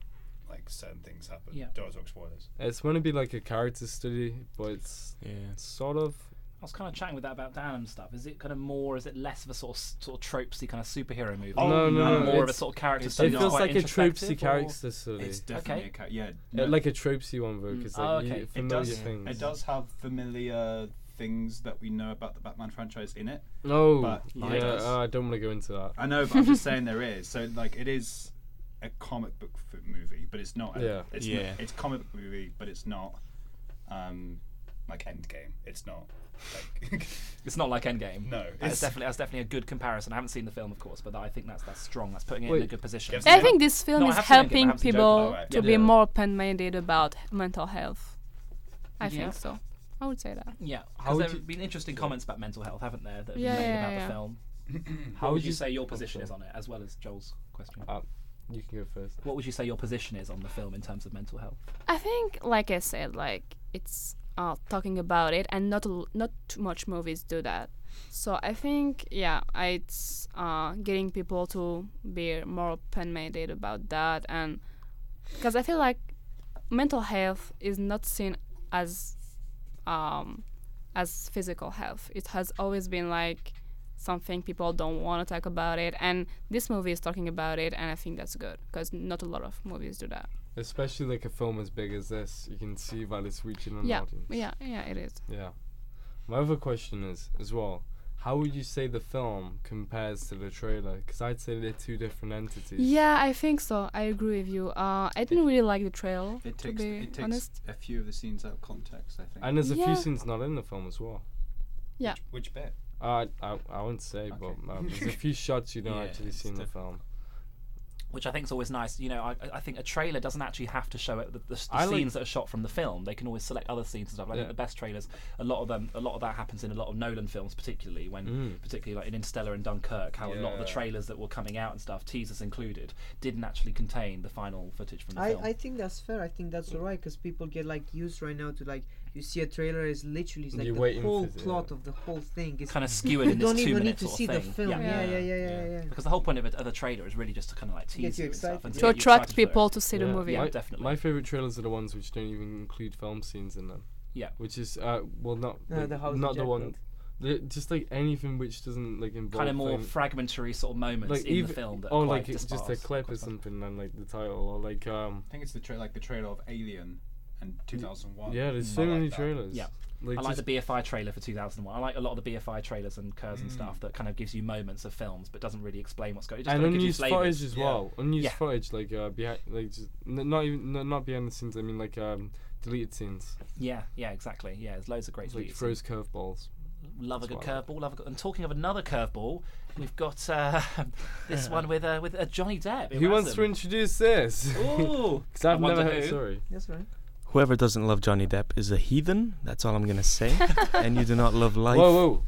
S4: like certain things happen.
S1: Yeah.
S4: Don't talk spoilers.
S3: It's meant to be like a character study, but it's sort of
S1: I was kind of chatting with that about Dan and stuff. Is it kind of more? Is it less of a sort of s- sort of tropesy kind of superhero movie?
S3: Oh, no, no,
S1: and
S3: no,
S1: more of a
S3: it's-
S1: sort of character
S3: it's-
S1: study.
S3: It
S1: that's
S3: feels
S1: quite
S3: like a
S1: introspective, or-
S3: tropesy character study.
S4: It's definitely
S1: Okay.
S4: a ca- yeah,
S3: Uh,
S4: no.
S3: like a tropesy one though, Mm. because
S4: oh,
S3: like you-
S4: okay. it
S3: familiar
S4: does
S3: things.
S4: it does have familiar things that we know about the Batman franchise in it.
S3: No,
S4: but
S3: yeah,
S4: it does.
S3: uh, I don't want to go into that.
S4: I know, but I'm just saying there is. So like, it is a comic book f- movie, but it's not. A,
S3: Yeah.
S4: It's
S3: Yeah.
S4: Not, it's comic book movie, but it's not. Um, like Endgame. It's not. Like
S1: It's not like Endgame.
S4: No,
S1: that's
S4: it's-
S1: definitely that's definitely a good comparison. I haven't seen the film, of course, but I think that's that's strong. That's putting it in a
S3: Wait.
S1: good position.
S5: I think this film
S1: No, I
S5: is
S1: have seen Endgame, I
S5: helping
S1: haven't seen Joker,
S5: people
S1: by the way.
S5: to be
S1: Yeah.
S5: more open-minded about mental health. I
S1: Yeah.
S5: think so. I would say that.
S1: Yeah,
S3: How
S1: because
S3: would
S1: there
S3: you-
S1: have been interesting comments about mental health, haven't there, that have
S5: Yeah,
S1: been made
S5: yeah,
S1: about
S5: yeah.
S1: the film.
S3: How
S1: what would
S3: would
S1: you
S3: you- Oh,
S1: say your position is on it, as well as Joel's question?
S3: Uh, you can go first.
S1: What would you say your position is on the film in terms of mental health?
S5: I think, like I said, like it's uh, talking about it, and not l- not too much movies do that. So I think, yeah, it's uh, getting people to be more open-minded about that, and because I feel like mental health is not seen as um, as physical health. It has always been like something people don't want to talk about it, and this movie is talking about it, and I think that's good because not a lot of movies do that.
S3: Especially like a film as big as this, you can see that it's reaching an
S5: Yeah,
S3: audience.
S5: yeah, yeah, it is.
S3: Yeah. My other question is as well. How would you say the film compares to the trailer? Because I'd say they're two different entities.
S5: Yeah, I think so. I agree with you. Uh, I didn't really like the trail,
S4: It
S5: to
S4: takes
S5: be
S4: it takes
S5: honest.
S4: a few of the scenes out of context. I think.
S3: And there's a
S5: Yeah.
S3: few scenes not in the film as well.
S5: Yeah.
S4: Which bit?
S3: Uh, I I won't say, but um, there's a few shots you don't
S1: Yeah,
S3: actually see in the film.
S1: Which I think is always nice. You know, I, I think a trailer doesn't actually have to show it, the, the, s- the
S3: I like-
S1: scenes that are shot from the film. They can always select other scenes and stuff. I think
S3: Yeah.
S1: the best trailers, a lot of them, a lot of that happens in a lot of Nolan films, particularly when,
S3: Mm.
S1: particularly like in Interstellar and Dunkirk, how a lot of the
S4: Yeah.
S1: trailers that were coming out and stuff, teasers included, didn't actually contain the final footage from the
S6: I,
S1: film.
S6: I think that's fair. I think that's alright because people get like used right now to like you see a trailer is literally it's,
S1: You're
S6: like the
S1: waiting
S6: whole
S1: for the-
S6: plot of the whole thing is
S1: Kinda skewered
S6: You
S1: in this
S6: don't even need
S1: two-minute
S6: to
S1: sort of
S6: see the
S1: thing.
S6: film. Yeah, yeah, yeah, yeah, yeah.
S1: Because the whole point of a, of a trailer is really just to kind of like
S6: Get
S1: tease
S6: you
S1: you and stuff
S6: excited.
S1: and
S5: To
S1: get you
S5: attract
S1: excited for it.
S5: people to see the Yeah. movie.
S1: Yeah,
S3: my,
S1: definitely.
S3: My favorite trailers are the ones which don't even include film scenes in them.
S1: Yeah.
S3: Which is uh well not
S1: Uh,
S3: the-
S1: the House of
S3: not the
S1: Jack
S3: one,
S1: Built.
S3: the, just like anything which doesn't like involve
S1: Kind of more
S3: film.
S1: fragmentary sort of moments in the film that
S3: or
S1: are quite
S3: like it's just a
S1: disparse.
S3: clip or something and like the title or like um
S4: I think it's the tra- like the trailer of Alien and 2001.
S3: yeah there's
S4: Mm.
S3: so
S4: I like
S3: many
S4: that.
S3: trailers Like,
S1: I like the
S3: just-
S1: BFI trailer for 2001. I like a lot of the BFI trailers and curves
S3: Mm.
S1: and stuff that kind of gives you moments of films, but doesn't really explain what's going. It just
S3: and
S1: kinda gives you
S3: unused
S1: flavours.
S3: footage as well. Unused
S1: Yeah.
S3: footage, like uh, behind, like just, n- not even n- not behind the scenes. I mean, like um, deleted scenes,
S1: Yeah, yeah, exactly. Yeah, there's loads of great.
S3: like
S1: tweets.
S3: throws curveballs.
S1: Love
S3: That's
S1: a good
S3: what I
S1: curveball. Love a good, and talking of another curveball, we've got uh, this one with uh, with uh, Johnny Depp.
S3: Who wants to
S1: Erasm.
S3: introduce this?
S1: Ooh,
S3: because I've
S1: I
S3: never
S1: wonder
S3: heard.
S1: who.
S3: Sorry.
S6: That's right.
S7: Whoever doesn't love Johnny Depp is a heathen. That's all I'm gonna say. and you do not love life.
S3: Whoa, whoa.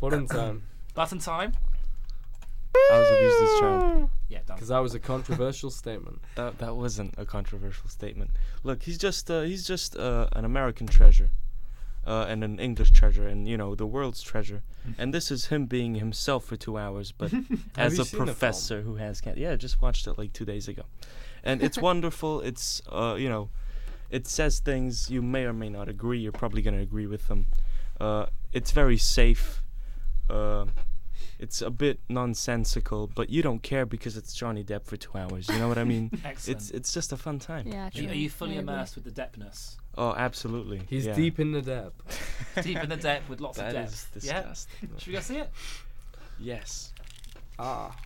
S3: Button time.
S1: Button time.
S7: I was abused as a child.
S1: Yeah, done.
S3: Because that was a controversial statement.
S7: That that wasn't a controversial statement. Look, he's just uh, he's just uh, an American treasure, uh, and an English treasure, and you know the world's treasure.
S3: Mm.
S7: And this is him being himself for two hours, but as
S3: you seen the
S7: a
S3: film?
S7: professor who has can yeah, I just watched it like two days ago, and it's wonderful. It's uh, you know, it says things you may or may not agree. You're probably gonna agree with them. Uh, it's very safe. Uh, it's a bit nonsensical, but you don't care because it's Johnny Depp for two hours. You know what I mean? It's
S1: Excellent.
S7: it's just a fun time.
S5: Yeah,
S1: Are you- Are
S5: true.
S1: you
S5: I
S1: fully
S5: agree.
S1: immersed with the Deppness?
S7: Oh, absolutely.
S3: He's
S7: yeah.
S3: deep in the depth.
S1: Deep in the depth with lots of
S7: That is
S1: depth. yeah.
S7: disgusting.
S1: Should we go see it?
S7: Yes.
S3: Ah.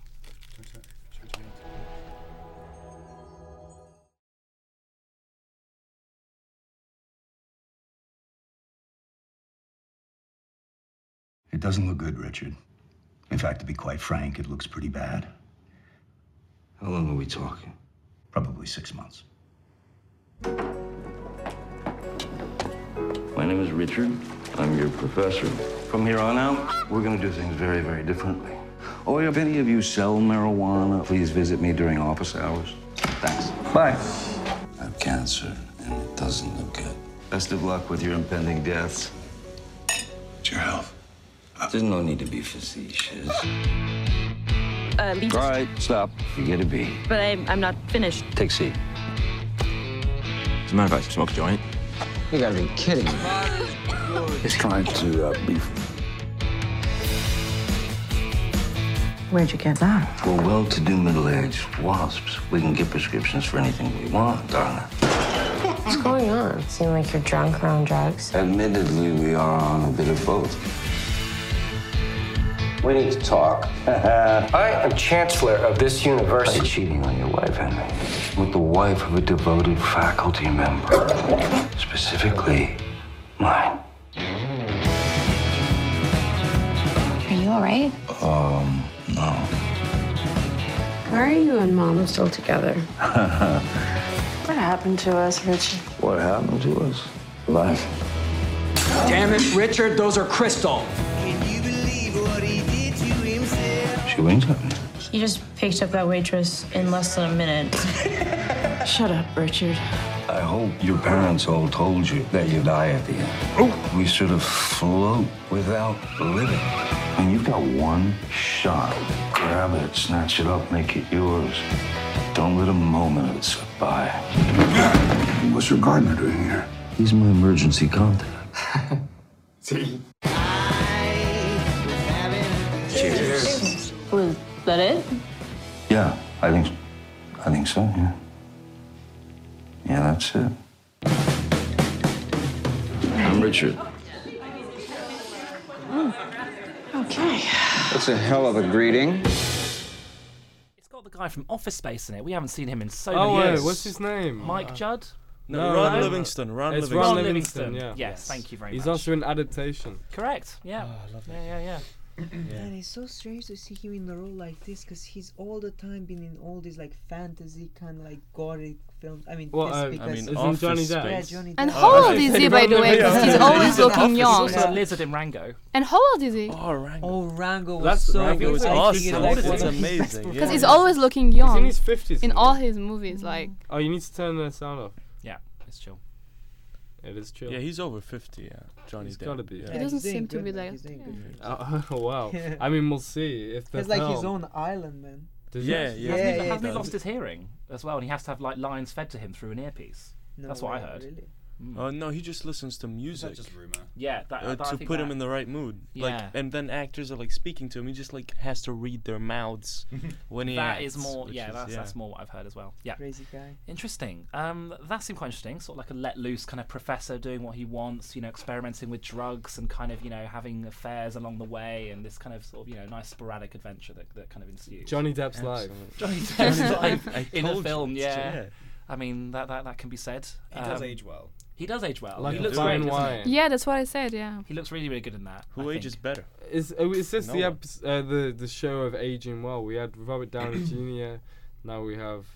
S20: It doesn't look good, Richard. In fact, to be quite frank, it looks pretty bad. How long are we talking? Probably six months.
S21: My name is Richard. I'm your professor. From here on out, we're going to do things very, very differently. Oh, if any of you sell marijuana, please visit me during office hours. Thanks. Bye. I have cancer, and it doesn't look good. Best of luck with your impending deaths. It's your health. There's no need to be facetious.
S13: Um, you
S21: All right, stop. You get a B.
S13: but I'm, I'm not finished.
S21: Take a seat. As a matter of fact, smoke a joint. You gotta be kidding me. It's trying to uh, be
S13: Where'd you get that?
S21: For well-to-do middle-aged wasps, we can get prescriptions for anything we want, darling.
S13: What's going on? Seem like you're drunk or on drugs.
S21: Admittedly, we are on a bit of both. We need to talk. I am chancellor of this university. cheating on your wife, Henry. With the wife of a devoted faculty member. Specifically, mine.
S13: Are you all right?
S21: Um, no.
S13: Why are you and Mom still together? What happened to us, Richie?
S21: what happened to us? Life.
S22: Damn it, Richard, those are crystal.
S21: She winked at me.
S13: You just picked up that waitress in less than a minute. Shut up, Richard.
S21: I hope your parents all told you that you die at the end. We sort of float without living. And you've got one shot. Grab it, snatch it up, make it yours. Don't let a moment of it slip by. What's your gardener doing here? He's my emergency contact.
S22: See?
S13: Cheers. Was that it?
S21: Yeah, I think, I think so. Yeah. Yeah, that's it. I'm Richard.
S13: Hmm. Okay.
S21: That's a hell of a greeting.
S1: It's got the guy from Office Space in it. We haven't seen him in so
S3: Oh,
S1: many
S3: wait,
S1: years.
S3: what's his name? Uh,
S1: Mike Judd.
S7: No, Ron Livingston, Ron
S3: it's
S7: Livingston.
S3: Ron
S1: Ron
S3: Livingston.
S1: Livingston,
S3: Yeah.
S1: yes, thank you very
S3: He's Oh,
S1: much.
S3: also an adaptation.
S1: Correct. Yeah. yeah. Yeah. Yeah.
S6: And it's so strange to see him in a role like this because he's all the time been in all these like fantasy kind of like gothic films. I mean,
S3: Well,
S6: this
S3: I- I
S6: because
S3: mean, Isn't Office Johnny Depp?
S6: Yeah,
S3: Space.
S6: Johnny
S5: And
S6: Depp.
S5: how old is he, by the way? Because he's always looking young.
S1: There's also a lizard in Rango.
S5: And how old is he?
S7: Oh, Rango.
S6: Oh, Rango was
S7: That's-
S6: so
S7: Rango
S6: good.
S7: is
S6: I think
S7: awesome.
S6: it was
S7: It's
S6: one of his best
S7: amazing, yeah.
S6: performances.
S5: Because he's always looking young.
S3: He's in his 50s
S5: In
S3: now.
S5: all his
S7: Mm.
S5: movies, like.
S3: Oh, you need to turn the sound off.
S1: Yeah, it's chill.
S3: It is chill.
S7: Yeah, he's over 50, yeah. Johnny
S3: He's
S7: Depp.
S3: gotta be.
S7: Yeah.
S5: It doesn't
S6: he's doing
S5: seem to
S6: good,
S5: be
S6: man.
S5: like.
S6: He's doing good.
S3: Oh, wow. I mean, we'll see if the
S6: It's like his
S3: film-
S6: own island, man.
S3: Does
S7: Yeah,
S3: it?
S1: Hasn't
S7: yeah.
S1: he,
S6: yeah,
S1: hasn't he
S6: it
S1: lost
S6: does.
S1: his hearing as well? And he has to have like lines fed to him through an earpiece.
S6: No
S1: That's what I
S6: way,
S1: heard.
S6: really?
S7: Uh, no, he just listens to music.
S4: just rumor?
S1: Mm. Yeah, that-
S7: uh,
S1: that- I
S7: to
S1: think
S7: put him
S1: that-
S7: in the right mood.
S1: Yeah.
S7: Like, and then actors are like speaking to him. He just like has to read their mouths when he
S1: That
S7: acts.
S1: is more.
S7: which
S1: Yeah,
S7: is-
S1: that's,
S7: yeah.
S1: that's more what I've heard as well. Yeah.
S6: Crazy guy.
S1: Interesting. Um, that seemed quite interesting. Sort of like a let loose kind of professor doing what he wants. You know, experimenting with drugs and kind of you know having affairs along the way and this kind of sort of you know nice sporadic adventure that, that kind of ensues.
S3: Johnny Depp's life.
S1: Absolute. Johnny
S3: Johnny
S1: Depp's
S3: Depp.
S1: life
S3: I
S1: in a
S3: told you.
S1: film. Yeah.
S3: Yeah.
S1: I mean that, that that can be said. Um,
S9: He does age well.
S1: He does age well.
S3: Like
S1: he
S3: a
S1: looks
S3: fine
S1: great.
S3: wine.
S1: doesn't he?
S5: Yeah, that's what I said. Yeah.
S1: He looks really really good in that.
S7: Who ages better?
S3: Is uh, is this the
S1: No.
S3: episode, uh, the the show of aging well? We had Robert Downey Jr. Now we have.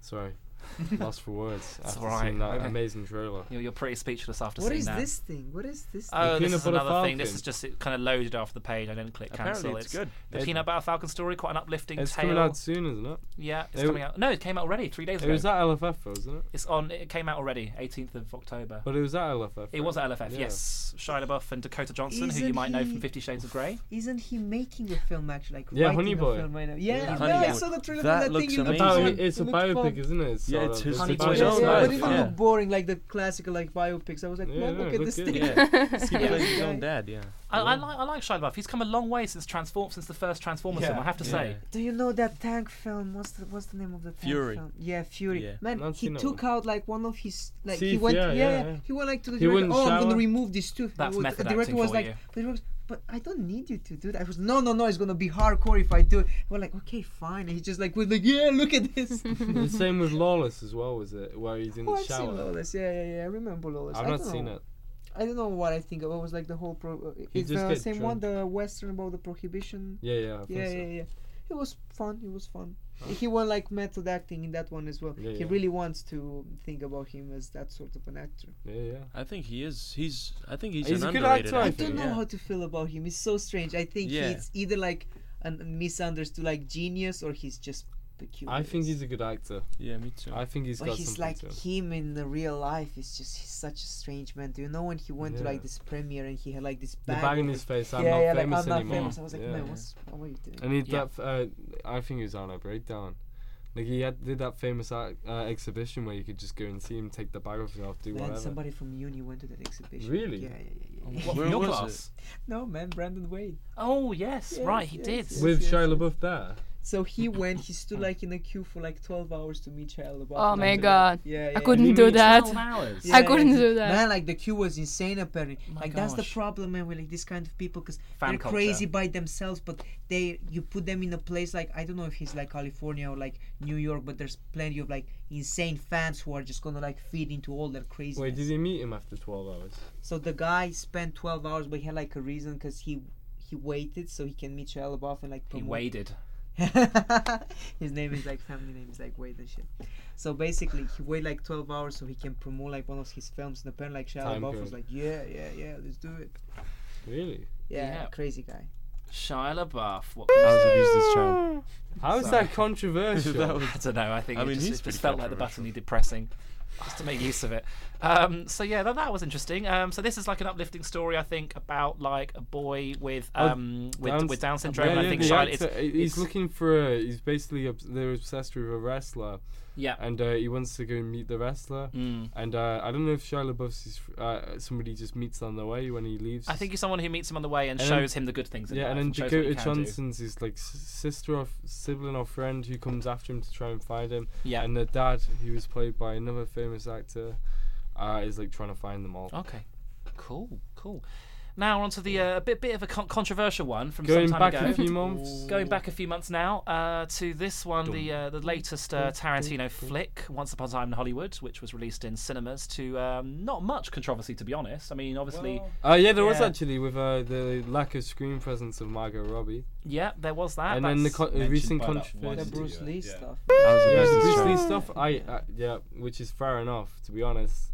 S3: Sorry, lost for words.
S1: It's
S3: after
S1: alright.
S3: seeing that
S1: Okay.
S3: amazing trailer.
S1: You're, you're pretty speechless after
S6: What
S1: seeing
S6: is
S1: that.
S6: this thing? What is this?
S1: Oh,
S3: The
S1: this
S3: peanut
S1: is
S3: butter
S1: another thing. This
S3: falcon.
S1: is just it kind of loaded off the page. I didn't click
S7: Apparently
S1: cancel.
S7: it's good.
S1: The
S3: It-
S1: peanut butter falcon story, quite an uplifting
S3: It's
S1: tale.
S3: coming out soon, isn't it?
S1: Yeah, it's
S3: It-
S1: coming out. No, it came out already three days
S3: It
S1: ago.
S3: was at LFF, though, isn't it?
S1: It's on. It came out already, 18th of October.
S3: But it was at LFF.
S1: It was at LFF,
S3: Yeah.
S1: yes. Shia LaBeouf and Dakota Johnson, who you
S6: Isn't
S1: might know
S6: he-
S1: from Fifty Shades of Grey.
S6: Isn't he making a film actually? Like
S3: Yeah,
S6: writing
S3: Honey
S6: a
S3: Boy.
S6: Film right now. Yeah,
S3: Yeah.
S6: yeah,
S3: Honey
S6: I
S3: Boy.
S6: saw the trailer.
S7: That
S6: for that
S7: looks
S6: thing. It looked
S7: amazing.
S6: fun.
S3: About- it's
S6: It
S3: a
S6: looked fun.
S3: biopic, isn't it? It's
S7: Yeah,
S3: sort
S7: it's
S3: of-
S7: his-
S3: it's
S7: Honey
S3: about
S7: Boy.
S3: his
S7: Yeah,
S3: own
S7: yeah,
S3: life.
S6: But it didn't
S7: Yeah.
S6: look boring like the classical like biopics. I was like,
S3: Yeah,
S6: man,
S3: no,
S6: look
S3: it
S6: at this
S3: looked
S6: thing.
S3: good.
S7: Yeah. He plays his own dad. Yeah.
S1: I, I, like, I like Shia LaBeouf. He's come a long way since transform since the first Transformers
S7: Yeah.
S1: film. I have to
S7: Yeah.
S1: say.
S6: Do you know that tank film? What's the what's the name of the tank
S7: Fury.
S6: film? Yeah, Fury.
S7: Yeah.
S6: Man,
S3: Not
S6: he
S3: seen that
S6: took out like one of his like
S3: See,
S6: he went
S3: yeah,
S6: yeah, yeah,
S3: yeah, yeah.
S6: he went like to the
S3: He
S6: director.
S3: wouldn't
S6: Oh, I'm
S3: shower?
S6: gonna remove these two.
S1: That's
S6: Well,
S1: method
S6: the director
S1: acting
S6: was
S1: for
S6: like,
S1: you.
S6: But, it was, but I don't need you to do that. I was no no no. It's gonna be hardcore if I do. it. We're like okay fine. And he just like was like yeah look at this.
S3: the same with Lawless as well, was it? Where he didn't
S6: oh, I've
S3: shower.
S6: seen all this. Yeah yeah yeah. I remember all this.
S3: I've
S6: I
S3: not
S6: don't
S3: seen
S6: know.
S3: it.
S6: I don't know what I think of. What was like the whole pro?
S3: He
S6: It's
S3: just
S6: the
S3: get
S6: same one, the western about the prohibition.
S3: Yeah, yeah, I think
S6: yeah,
S3: so.
S6: yeah, yeah. It was fun. It was fun. He won like method acting in that one as well.
S3: Yeah,
S6: he
S3: yeah.
S6: really wants to think about him as that sort of an actor.
S3: Yeah, yeah.
S7: I think he is. He's. I think he's,
S3: He's
S7: an
S3: a good
S7: underrated
S3: actor, I
S6: I
S7: actor,
S6: don't know
S7: yeah.
S6: how to feel about him. It's so strange. I think
S7: Yeah.
S6: he's either like a misunderstood, like genius, or he's just peculiar.
S3: I think he's a good actor.
S7: Yeah, me too.
S3: I think he's
S6: But
S3: got
S6: he's
S3: something
S6: like
S3: to him.
S6: him in the real life. It's just he's such a strange man. Do you know when he went to
S3: Yeah.
S6: like this premiere and he had like this
S3: The
S6: bag
S3: bag
S6: over
S3: in his face. I'm
S6: yeah,
S3: not
S6: yeah, like,
S3: famous
S6: I'm not
S3: anymore.
S6: famous. I was like,
S3: yeah.
S6: man, what's what were you doing?
S3: And he
S1: Yeah.
S3: that. Uh, I think he was on a breakdown. Like he had did that famous art, uh, exhibition where you could just go and see him take the bag off and off, do
S6: Man,
S3: whatever.
S6: somebody from uni went to that exhibition.
S3: Really?
S6: Yeah, yeah, yeah. yeah, yeah.
S1: What,
S3: Where
S1: from your
S3: was it?
S1: class?
S6: No, man, Brandon Wade.
S1: Oh yes,
S6: Yes,
S1: right, he
S6: yes,
S1: did.
S6: yes.
S3: With
S6: yes,
S3: Shia
S6: yes.
S3: LaBeouf there.
S6: So he went. He stood like in a queue for like 12 hours to meet Shia LaBeouf.
S5: Oh
S6: in
S5: my
S6: Amsterdam.
S5: god.
S6: Yeah,
S5: I
S6: yeah,
S5: couldn't
S6: yeah.
S5: do that. I
S6: Yeah,
S5: couldn't
S6: yeah. Oh
S5: do that.
S6: Man, like the queue was insane apparently.
S1: My
S6: like that's the
S1: gosh.
S6: problem, man, with like this kind of people because
S1: Fan
S6: they're
S1: culture.
S6: crazy by themselves, but they you put them in a place like I don't know if he's like California or like New York, but there's plenty of like insane fans who are just gonna like feed into all their craziness.
S3: Wait, did he meet him after 12 hours?
S6: So the guy spent 12 hours, but he had like a reason because he he waited so he can meet Shia LaBeouf and like
S1: He
S6: promote.
S1: waded.
S6: His name is like family name is like Wade and shit. So basically, he waited like 12 hours so he can promote like one of his films. And apparently, like Shia
S3: Time
S6: LaBeouf was
S3: code.
S6: like, yeah, yeah, yeah, let's do it.
S3: Really?
S6: Yeah,
S1: Yeah.
S6: crazy guy.
S1: Shia LaBeouf. What?
S7: I was abused as a child.
S3: How is
S1: Sorry.
S3: that controversial?
S7: That was-
S1: I don't know. I think
S7: I
S1: it
S7: mean,
S1: just,
S7: he's
S1: it just
S7: pretty
S1: felt like the button needed pressing, just to make use of it. Um, so yeah, that, that was interesting. Um, so this is like an uplifting story, I think, about like a boy with
S3: Oh,
S1: um, with, with Down
S3: s-
S1: syndrome.
S3: yeah,
S1: and I
S3: yeah,
S1: think
S3: the
S1: Charlotte is,
S3: actor, he- he's
S1: is-
S3: looking for a, he's basically obs- they're obsessed with a wrestler.
S1: Yeah.
S3: And uh, he wants to go and meet the wrestler.
S1: Mm.
S3: And uh, I don't know if Shia LaBeouf's his, fr- uh, somebody he just meets on the way when he leaves.
S1: I think he's someone who meets him on the way and,
S3: And then-
S1: shows him the good things. In
S3: yeah,
S1: life
S3: and then
S1: shows what he
S3: Dakota
S1: can do.
S3: Johnson's his like s- sister or f- sibling or friend who comes after him to try and find him.
S1: Yeah.
S3: And the dad, who was played by another famous actor, uh, is like trying to find them all.
S1: Okay, cool, cool. Now on to the uh, bit bit of a con- controversial one from
S3: Going
S1: some time
S3: back
S1: ago.
S3: a few months.
S1: Going back a few months now uh, to this one, the uh, the latest uh, Tarantino flick, Once Upon a Time in Hollywood, which was released in cinemas to um, not much controversy, to be honest. I mean, obviously,
S3: Uh, yeah, there was actually with uh, the lack of screen presence of Margot Robbie.
S1: yeah, there was that.
S3: and then the
S1: that's-
S3: con- the
S4: mentioned
S3: recent
S4: by that one
S3: controversy.
S6: The Bruce Lee stuff.
S3: Yeah,
S7: Bruce
S3: the
S7: Lee
S3: Bruce Lee
S7: stuff.
S3: stuff. I uh, yeah, which is fair enough to be honest.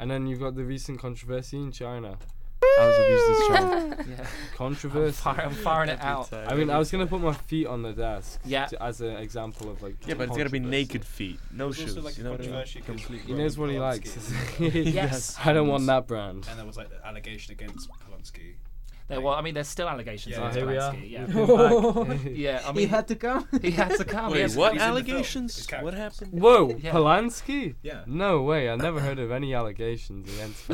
S3: And then you've got the recent controversy in China.
S7: I was abused as a child.
S1: yeah. I'm,
S3: Controversy.
S1: fire- I'm firing it
S7: Every
S1: out.
S7: time.
S3: I mean, I was gonna put my feet on the desk.
S1: Yeah.
S3: to- as an example of like.
S7: Yeah, but it's gotta be
S3: controversy.
S7: naked feet, no
S4: There's
S7: shoes.
S4: also like
S7: you know what I mean?
S4: controversy 'cause
S3: He knows what he
S4: Polanski
S3: likes.
S4: is-
S3: yes. I don't want that brand.
S4: And there was like the allegation against Polanski
S1: There were. I mean, there's still allegations.
S3: Yeah.
S1: against
S3: Oh, here we are.
S1: Polanski,
S3: We've
S1: Yeah.
S3: come back.
S1: yeah. I
S3: He
S1: mean,
S6: had to come?
S1: He had to come.
S7: Wait,
S1: yes,
S7: what
S1: he's in the film.
S7: allegations? What happened?
S3: Whoa,
S1: Yeah.
S3: Polanski?
S1: Yeah.
S3: No way, I never heard of any allegations against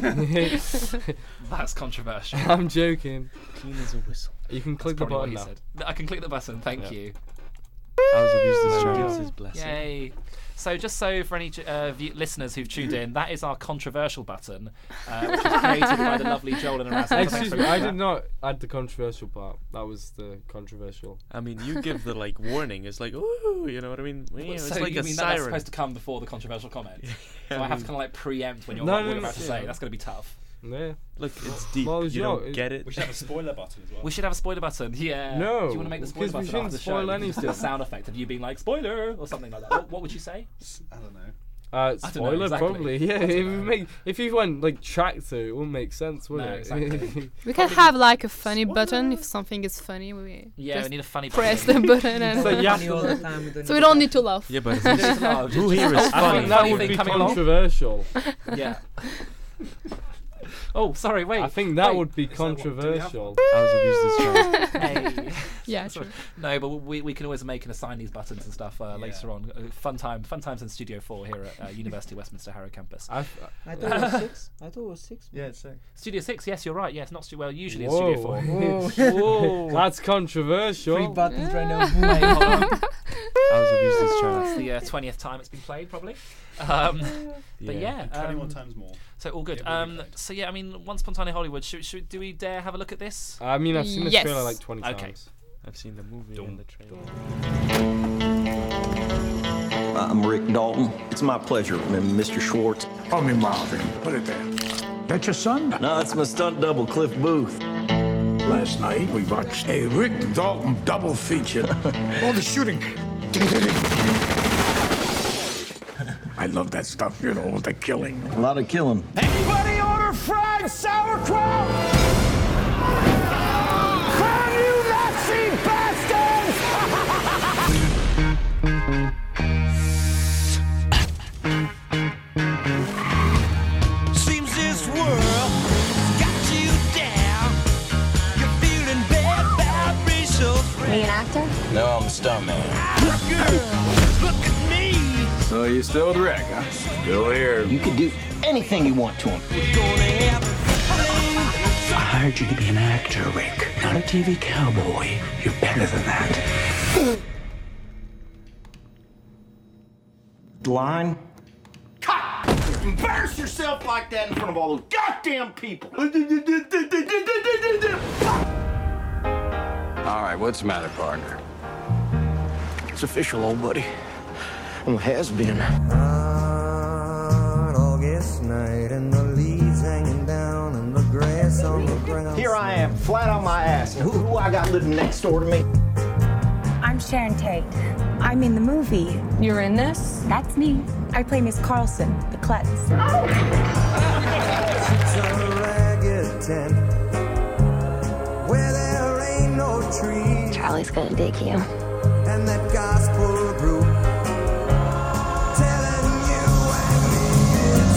S3: Polanski.
S1: That's controversial.
S3: I'm joking.
S7: Clean as a whistle.
S3: You can click the
S1: Probably what
S3: button
S1: he
S3: now.
S1: said. No, I can click the button. Thank
S3: Yeah.
S1: you.
S7: I was abused as a
S1: Yeah.
S7: child. Gives his blessing.
S1: Yay. So, just so for any uh, view- listeners who've tuned in, that is our controversial button, uh, which was created by the lovely Joel and Erasmus. Thanks
S3: Excuse
S1: for
S3: me, I
S1: that.
S3: did not add the controversial part. That was the controversial.
S7: I mean, you give the like warning. It's like, ooh, you know what I mean? Yeah,
S1: Well,
S7: it's
S1: so
S7: like
S1: you
S7: a
S1: mean that that's
S7: siren.
S1: supposed to come before the controversial comment? so I
S7: I
S1: have to
S7: mean-
S1: kind of like preempt when you're
S3: No,
S1: like,
S3: no, no,
S1: what you're about to
S3: yeah.
S1: say. That's going to be tough.
S3: Yeah.
S7: Look, it's deep.
S3: Well, it's
S7: you
S3: not-
S7: don't
S3: it-
S7: get it.
S4: We should have a spoiler button as well.
S1: We should have a spoiler button. Yeah.
S3: No,
S1: Do you want to make the spoiler
S3: because we
S1: button
S3: shouldn't
S1: after the
S3: spoil
S1: show? You just do a
S3: anything.
S1: sound effect of you being like spoiler or something like that. What, what would you say?
S4: I don't know.
S3: Uh,
S1: know,
S3: spoiler,
S1: exactly.
S3: probably. Yeah, it would make, if you went like tractor, it wouldn't make sense, would
S1: No,
S3: it?
S1: exactly.
S5: We can have like a funny button if something is funny. We
S1: Yeah, we
S5: just
S1: need a funny
S5: press
S1: button.
S5: the button and
S3: So you have
S6: Funny all the time, we don't need
S5: so we
S6: to
S5: don't
S6: laugh.
S5: need to laugh.
S7: Yeah, but
S1: There is no-
S7: who here is
S1: I find
S7: funny?
S3: that
S1: funny
S3: would
S1: thing
S3: be
S1: coming along.
S3: controversial.
S1: Yeah. oh, sorry. Wait.
S3: I think that
S1: wait.
S3: would be
S1: Is there one- do we have
S3: controversial.
S7: I was abused as a
S1: Hey.
S7: child.
S5: Yeah,
S1: Sorry.
S5: true.
S1: No, but we, we can always make and assign these buttons and stuff uh, later on. Uh, fun time, fun times in Studio Four here at uh, University of Westminster Harrow campus.
S3: I f-
S6: I thought it was six. I thought it was six.
S4: Yeah, it's sick.
S1: Studio Six, yes, you're right. Yes, not Studio. Well, usually it's Studio Four.
S3: Whoa. That's
S6: Three
S3: controversial.
S6: buttons right now.
S1: Wait,
S6: Boom.
S1: hold on.
S7: I was abused as a
S1: It's
S7: child.
S1: the uh, twentieth time it's been played, probably. Um, But yeah,
S7: Yeah.
S4: And 21
S1: um,
S4: times more.
S1: So all good.
S4: It will be
S1: Um,
S4: played.
S1: so yeah, I mean, once upon a time in Hollywood, should, should do we dare have a look at this?
S3: I mean, I've seen this
S5: Yes.
S3: trailer like 20
S1: Okay.
S3: times.
S7: I've seen the movie and the trailer.
S18: Uh, I'm Rick Dalton. It's my pleasure, M- Mr. Schwartz.
S8: Call me Marvin. Put it there. That your son?
S18: No, it's my stunt double, Cliff Booth.
S8: Last night we watched a Rick Dalton double feature. All the shooting. I love that stuff, you know, with the killing.
S18: A lot of killing.
S19: Anybody order fried sauerkraut? Can you Nazi bastards? Seems this world has got you down. You're feeling bad vibrations.
S13: Me an actor?
S18: No, I'm a stuntman.
S19: Girls, look at me.
S18: So you still Rick, huh? Still here. You can do anything you want to him.
S19: We're gonna have
S8: I hired you to be an actor, Rick, not a TV cowboy. You're better than that.
S18: Line?
S19: Embarrass yourself like that in front of all those goddamn people. Fuck.
S18: All right, what's the matter, partner? It's official, old buddy. Well, it has been.
S9: August night and the leaves hanging down and the grass on the ground.
S18: Here I am, flat on my ass. And who, who I got living next door to me?
S12: I'm Sharon Tate. I'm in the movie. You're in this? That's me. I play Miss Carlson, the klutz.
S9: It's a ragged tent where there ain't no trees.
S11: Charlie's gonna dig you.
S9: And that gospel group telling you and me it's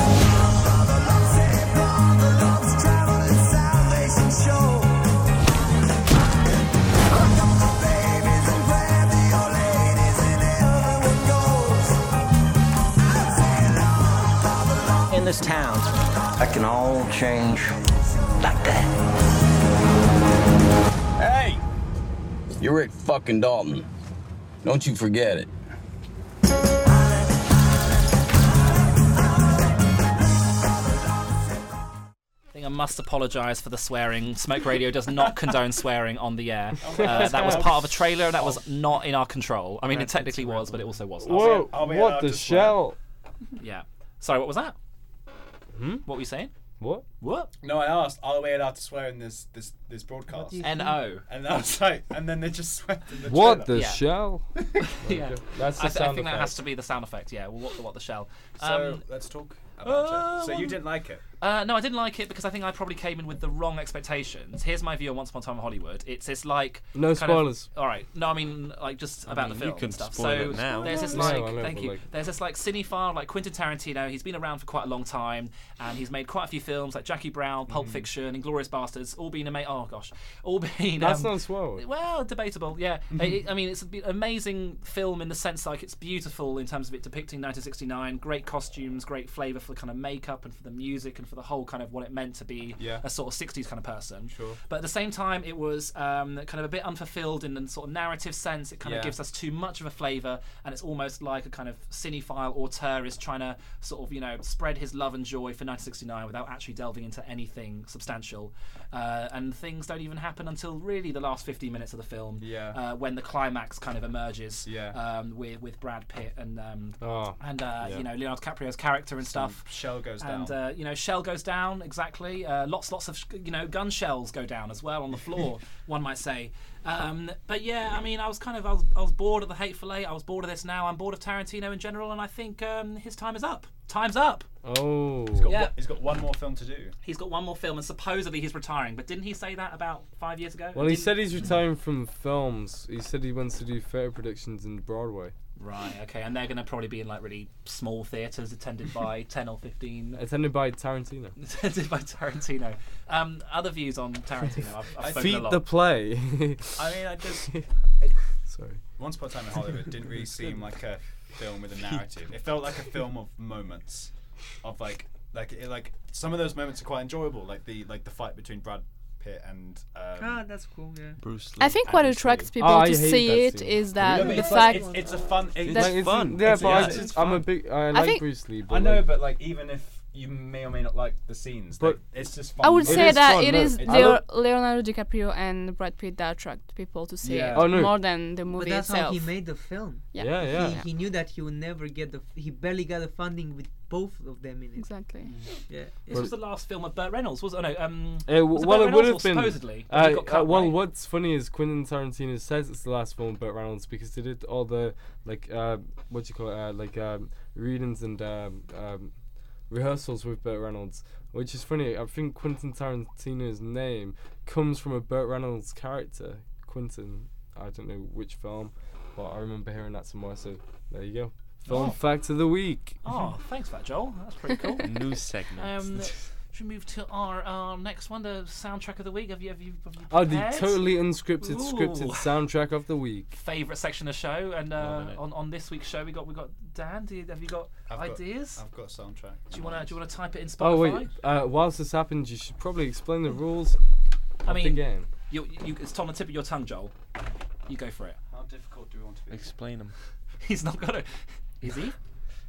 S9: Father loves it, Father loves travel and salvation show. Look up the babies and grab the old ladies and everyone goes.
S18: In this town. That can all change like that. Hey! You're Rick fucking Dalton. Don't you forget it.
S1: I think I must apologise for the swearing. Smoke Radio does not condone swearing on the air. Uh, that was part of a trailer. That was not in our control. I mean, it technically was, but it also wasn't.
S3: Whoa,
S4: Are we
S3: what
S4: allowed
S3: the
S4: to swear?
S3: shell?
S1: Yeah. Sorry, what was that? Hmm? What were you saying?
S3: What?
S1: What?
S4: No, I asked, are we allowed to swear in this this this broadcast?
S6: do you
S4: And
S6: think?
S1: No.
S4: I was like, and then they just sweat. In the
S3: What
S4: trailer.
S3: the
S1: Yeah.
S3: shell?
S1: yeah.
S3: That's the
S1: I, th- I
S3: sound
S1: think that has
S3: effect.
S1: to be the sound effect. Yeah. Well, what the what the shell?
S4: So
S1: Um,
S4: let's talk about it. So you
S1: um,
S4: didn't like it.
S1: Uh, no, I didn't like it because I think I probably came in with the wrong expectations. Here's my view on Once Upon a Time in Hollywood. It's this like
S3: No
S1: kind of-
S3: spoilers.
S1: all right. No, I mean like just about
S7: mean,
S1: the
S7: you
S1: film
S7: can
S1: and stuff.
S7: spoil
S1: so
S7: it now.
S1: there's this
S7: No,
S1: like
S7: I know,
S1: thank
S7: but,
S1: you.
S7: like-
S1: There's this like cinephile like Quentin Tarantino. He's been around for quite a long time, and he's made quite a few films like Jackie Brown,
S3: Mm-hmm.
S1: Pulp Fiction, Inglorious Bastards. All been amazing. Oh gosh, all been.
S3: That's
S1: um,
S3: not spoiled.
S1: well, debatable. Yeah, It- I mean, it's an amazing film in the sense like it's beautiful in terms of it depicting 1969. Great costumes, great flavour for the kind of makeup and for the music and for the whole kind of what it meant to be
S3: Yeah.
S1: a sort of 60s kind of person.
S3: Sure.
S1: But at the same time, it was um, kind of a bit unfulfilled in the sort of narrative sense. It kind
S3: Yeah.
S1: of gives us too much of a flavour, and it's almost like a kind of cinephile auteur is trying to sort of you know spread his love and joy for 1969 without actually delving into anything substantial. Uh, and things don't even happen until really the last 15 minutes of the film,
S3: Yeah.
S1: uh, when the climax kind of emerges
S3: Yeah.
S1: um, with with Brad Pitt and um,
S3: Oh,
S1: and uh,
S3: yeah.
S1: you know Leonardo DiCaprio's character and stuff.
S4: Shell goes
S1: and,
S4: down.
S1: uh, you know, shell goes down exactly. Uh, lots, lots of sh- you know, gun shells go down as well on the floor. one might say. Um, but yeah, I mean, I was kind of, I was, I was bored of the Hateful Eight. I was bored of this now. I'm bored of Tarantino in general, and I think um, his time is up. Time's up.
S3: Oh.
S4: He's got,
S1: Yeah.
S4: one, he's got one more film to do.
S1: He's got one more film, and supposedly he's retiring. But didn't he say that about five years ago?
S3: Well, he
S1: Didn't-
S3: said he's retiring from films. He said he wants to do theatre productions in Broadway.
S1: Right. Okay. And they're going to probably be in like really small theaters attended by ten or fifteen.
S3: Attended by Tarantino.
S1: Attended by Tarantino. Um, other views on Tarantino. I've, I've spoken a
S3: Feet
S1: lot.
S3: the play.
S4: I mean, I just.
S3: Sorry.
S4: Once Upon a Time in Hollywood didn't really seem like a film with a narrative. It felt like a film of moments, of like like it, like some of those moments are quite enjoyable, like the like the fight between Brad Pitt and um,
S6: Ah, that's cool. Yeah.
S7: Bruce
S5: I think what attracts people
S3: Oh, I
S5: to
S3: hate
S5: see
S3: that
S5: it
S3: scene.
S5: is that
S4: No, but
S5: the
S4: it's
S5: fact
S4: like, it's, it's a fun. It,
S5: That's-
S3: Like, it's-
S5: fun.
S3: Yeah,
S4: It's-
S3: but I
S4: yeah,
S3: just,
S4: it's
S3: I'm a
S4: fun.
S3: big. I,
S5: I
S3: like
S5: think-
S3: Bruce Lee. But
S4: I know,
S3: like,
S4: but like even if you may or may not like the scenes,
S3: But-
S4: like, it's just fun.
S5: I would
S3: It
S5: say
S3: is
S5: that
S3: fun,
S5: it
S3: no,
S5: is
S3: it's- I
S5: Leo-
S3: don't-
S5: Leonardo DiCaprio and Brad Pitt that attract people to see
S4: Yeah.
S5: it
S3: Oh, no.
S5: more than the
S6: But
S5: movie
S6: that's
S5: itself.
S6: how he made the film.
S5: Yeah.
S3: Yeah, yeah.
S6: He, he knew that he would never get the. He barely got the funding with both of them in it.
S5: exactly.
S6: Yeah.
S1: This was the last film of Burt Reynolds, was it? Oh, no, um,
S3: Uh, w-
S1: was it
S3: well,
S1: Burt
S3: it would have
S1: Reynolds
S3: been.
S1: or supposedly. but
S3: uh,
S1: he got
S3: uh,
S1: cut,
S3: well,
S1: right?
S3: what's funny is Quentin Tarantino says it's the last film about Reynolds because they did all the like uh, what do you call it uh, like um, readings and um, um, rehearsals with Burt Reynolds, which is funny. I think Quentin Tarantino's name comes from a Burt Reynolds character, Quentin. I don't know which film, but I remember hearing that somewhere. So there you go. Film
S1: Oh.
S3: fact of the week.
S1: Oh, thanks for that, Joel. That's pretty cool.
S7: New segment.
S1: um, should we move to our, our next one, the soundtrack of the week? Have you, have you, have you
S3: Oh, the
S1: prepared?
S3: totally unscripted, scripted
S1: Ooh.
S3: soundtrack of the week.
S1: Favorite section of the show, and uh,
S7: Loving it.
S1: on, on this week's show we got we got Dan. Do you, have you got
S4: I've got-
S1: ideas?
S4: I've got a soundtrack.
S1: do you want to do you want to type it in Spotify?
S3: Oh wait! Uh, whilst this happens, you should probably explain the rules
S1: I
S3: of the
S1: mean,
S3: game.
S1: you, you, it's on the tip of your tongue, Joel. You go for it.
S4: How difficult do we want to be?
S7: Explain him.
S1: He's not gonna. Is he?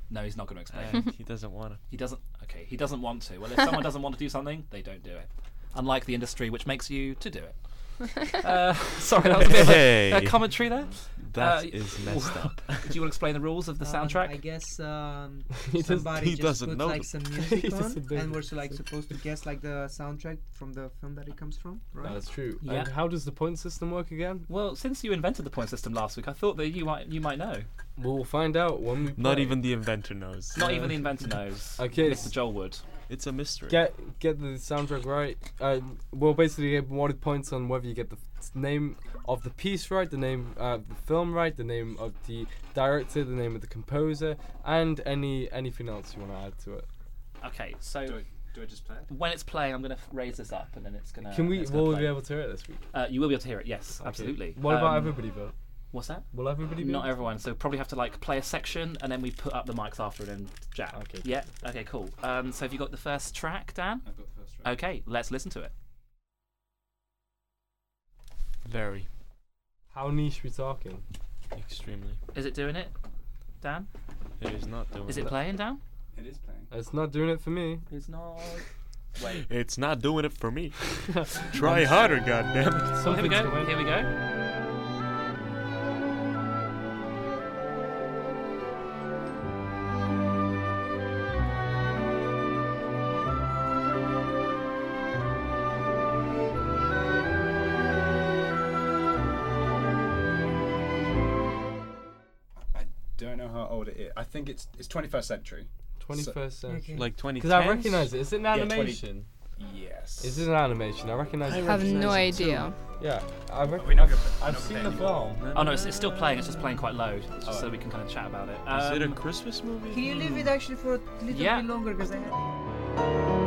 S1: No, he's not gonna explain.
S7: Uh, he doesn't want to.
S1: He doesn't. Okay, he doesn't want to. Well, if someone doesn't want to do something, they don't do it. Unlike the industry, which makes you to do it. Uh, sorry, that was a bit of a- a
S7: Hey.
S1: commentary there.
S7: That
S1: Uh,
S7: is messed up.
S1: Do you want to explain the rules of the
S6: Um,
S1: soundtrack?
S6: I guess um,
S3: He does-
S6: somebody
S7: he
S6: just
S7: doesn't
S6: puts
S7: know
S6: like
S7: them.
S6: some
S3: He
S6: music
S3: doesn't
S6: on,
S3: know
S6: and we're
S3: them.
S6: like supposed to guess like the soundtrack from the film that it comes from, right?
S3: That's true.
S1: Yeah.
S3: And how does the point system work again?
S1: well, since you invented the point system last week, I thought that you might you might know.
S3: We'll find out when we.
S7: Not
S3: play.
S7: even the inventor knows.
S1: Not even the inventor knows.
S3: Okay,
S1: Mr. Joel Wood.
S7: It's a mystery.
S3: Get get the soundtrack right. Uh, we'll basically get awarded points on whether you get the f- name of the piece right, the name uh, of the film right, the name of the director, the name of the composer, and any anything else you want to add to it.
S1: Okay, so
S4: Do I, do I just play it?
S1: when it's playing, I'm going to raise this up, and then it's going to.
S3: Can we? Will we be able to hear it this week?
S1: Uh, you will be able to hear it. Yes,
S3: Okay.
S1: absolutely.
S3: What about
S1: Um,
S3: everybody vote?
S1: What's that?
S3: Will everybody? be
S1: Not
S3: able to-
S1: everyone. So probably have to like play a section and then we put up the mics after it and jam.
S3: Okay.
S1: Yeah. Okay. Cool. Um, so have you got the first track, Dan?
S4: I've got the first round.
S1: Okay. Let's listen to it.
S7: Very.
S3: How niche we talking?
S7: Extremely.
S1: Is it doing it, Dan?
S7: It is not doing
S1: Is it playing, Dan?
S4: It is playing.
S3: It's not doing it for me.
S1: It's not. Wait.
S7: It's not doing it for me. Try harder, goddammit.
S1: Well, Oh, here
S3: Something's
S1: we go.
S3: going-
S1: Here we go.
S4: I don't know how old it is. I think it's it's 21st century.
S3: 21st
S7: So-
S3: century.
S7: Like
S3: Because I
S7: 2010s?
S3: recognize it. Is it an
S7: Yeah, 20
S3: animation?
S4: yes.
S3: Is it an animation? I recognize
S5: I
S3: it.
S5: have no idea.
S3: Yeah, I
S4: We're not
S3: recognize
S4: gonna- we're not
S3: I've
S4: gonna
S3: seen
S4: pay
S3: the
S4: anymore.
S3: film.
S1: Oh no, it's, it's still playing. It's just playing quite low, just
S4: Oh.
S1: so we can kind of chat about it.
S7: Is it a
S1: Um,
S7: Christmas movie?
S6: Can you leave it actually for a little
S1: Yeah.
S6: bit longer? Because I have.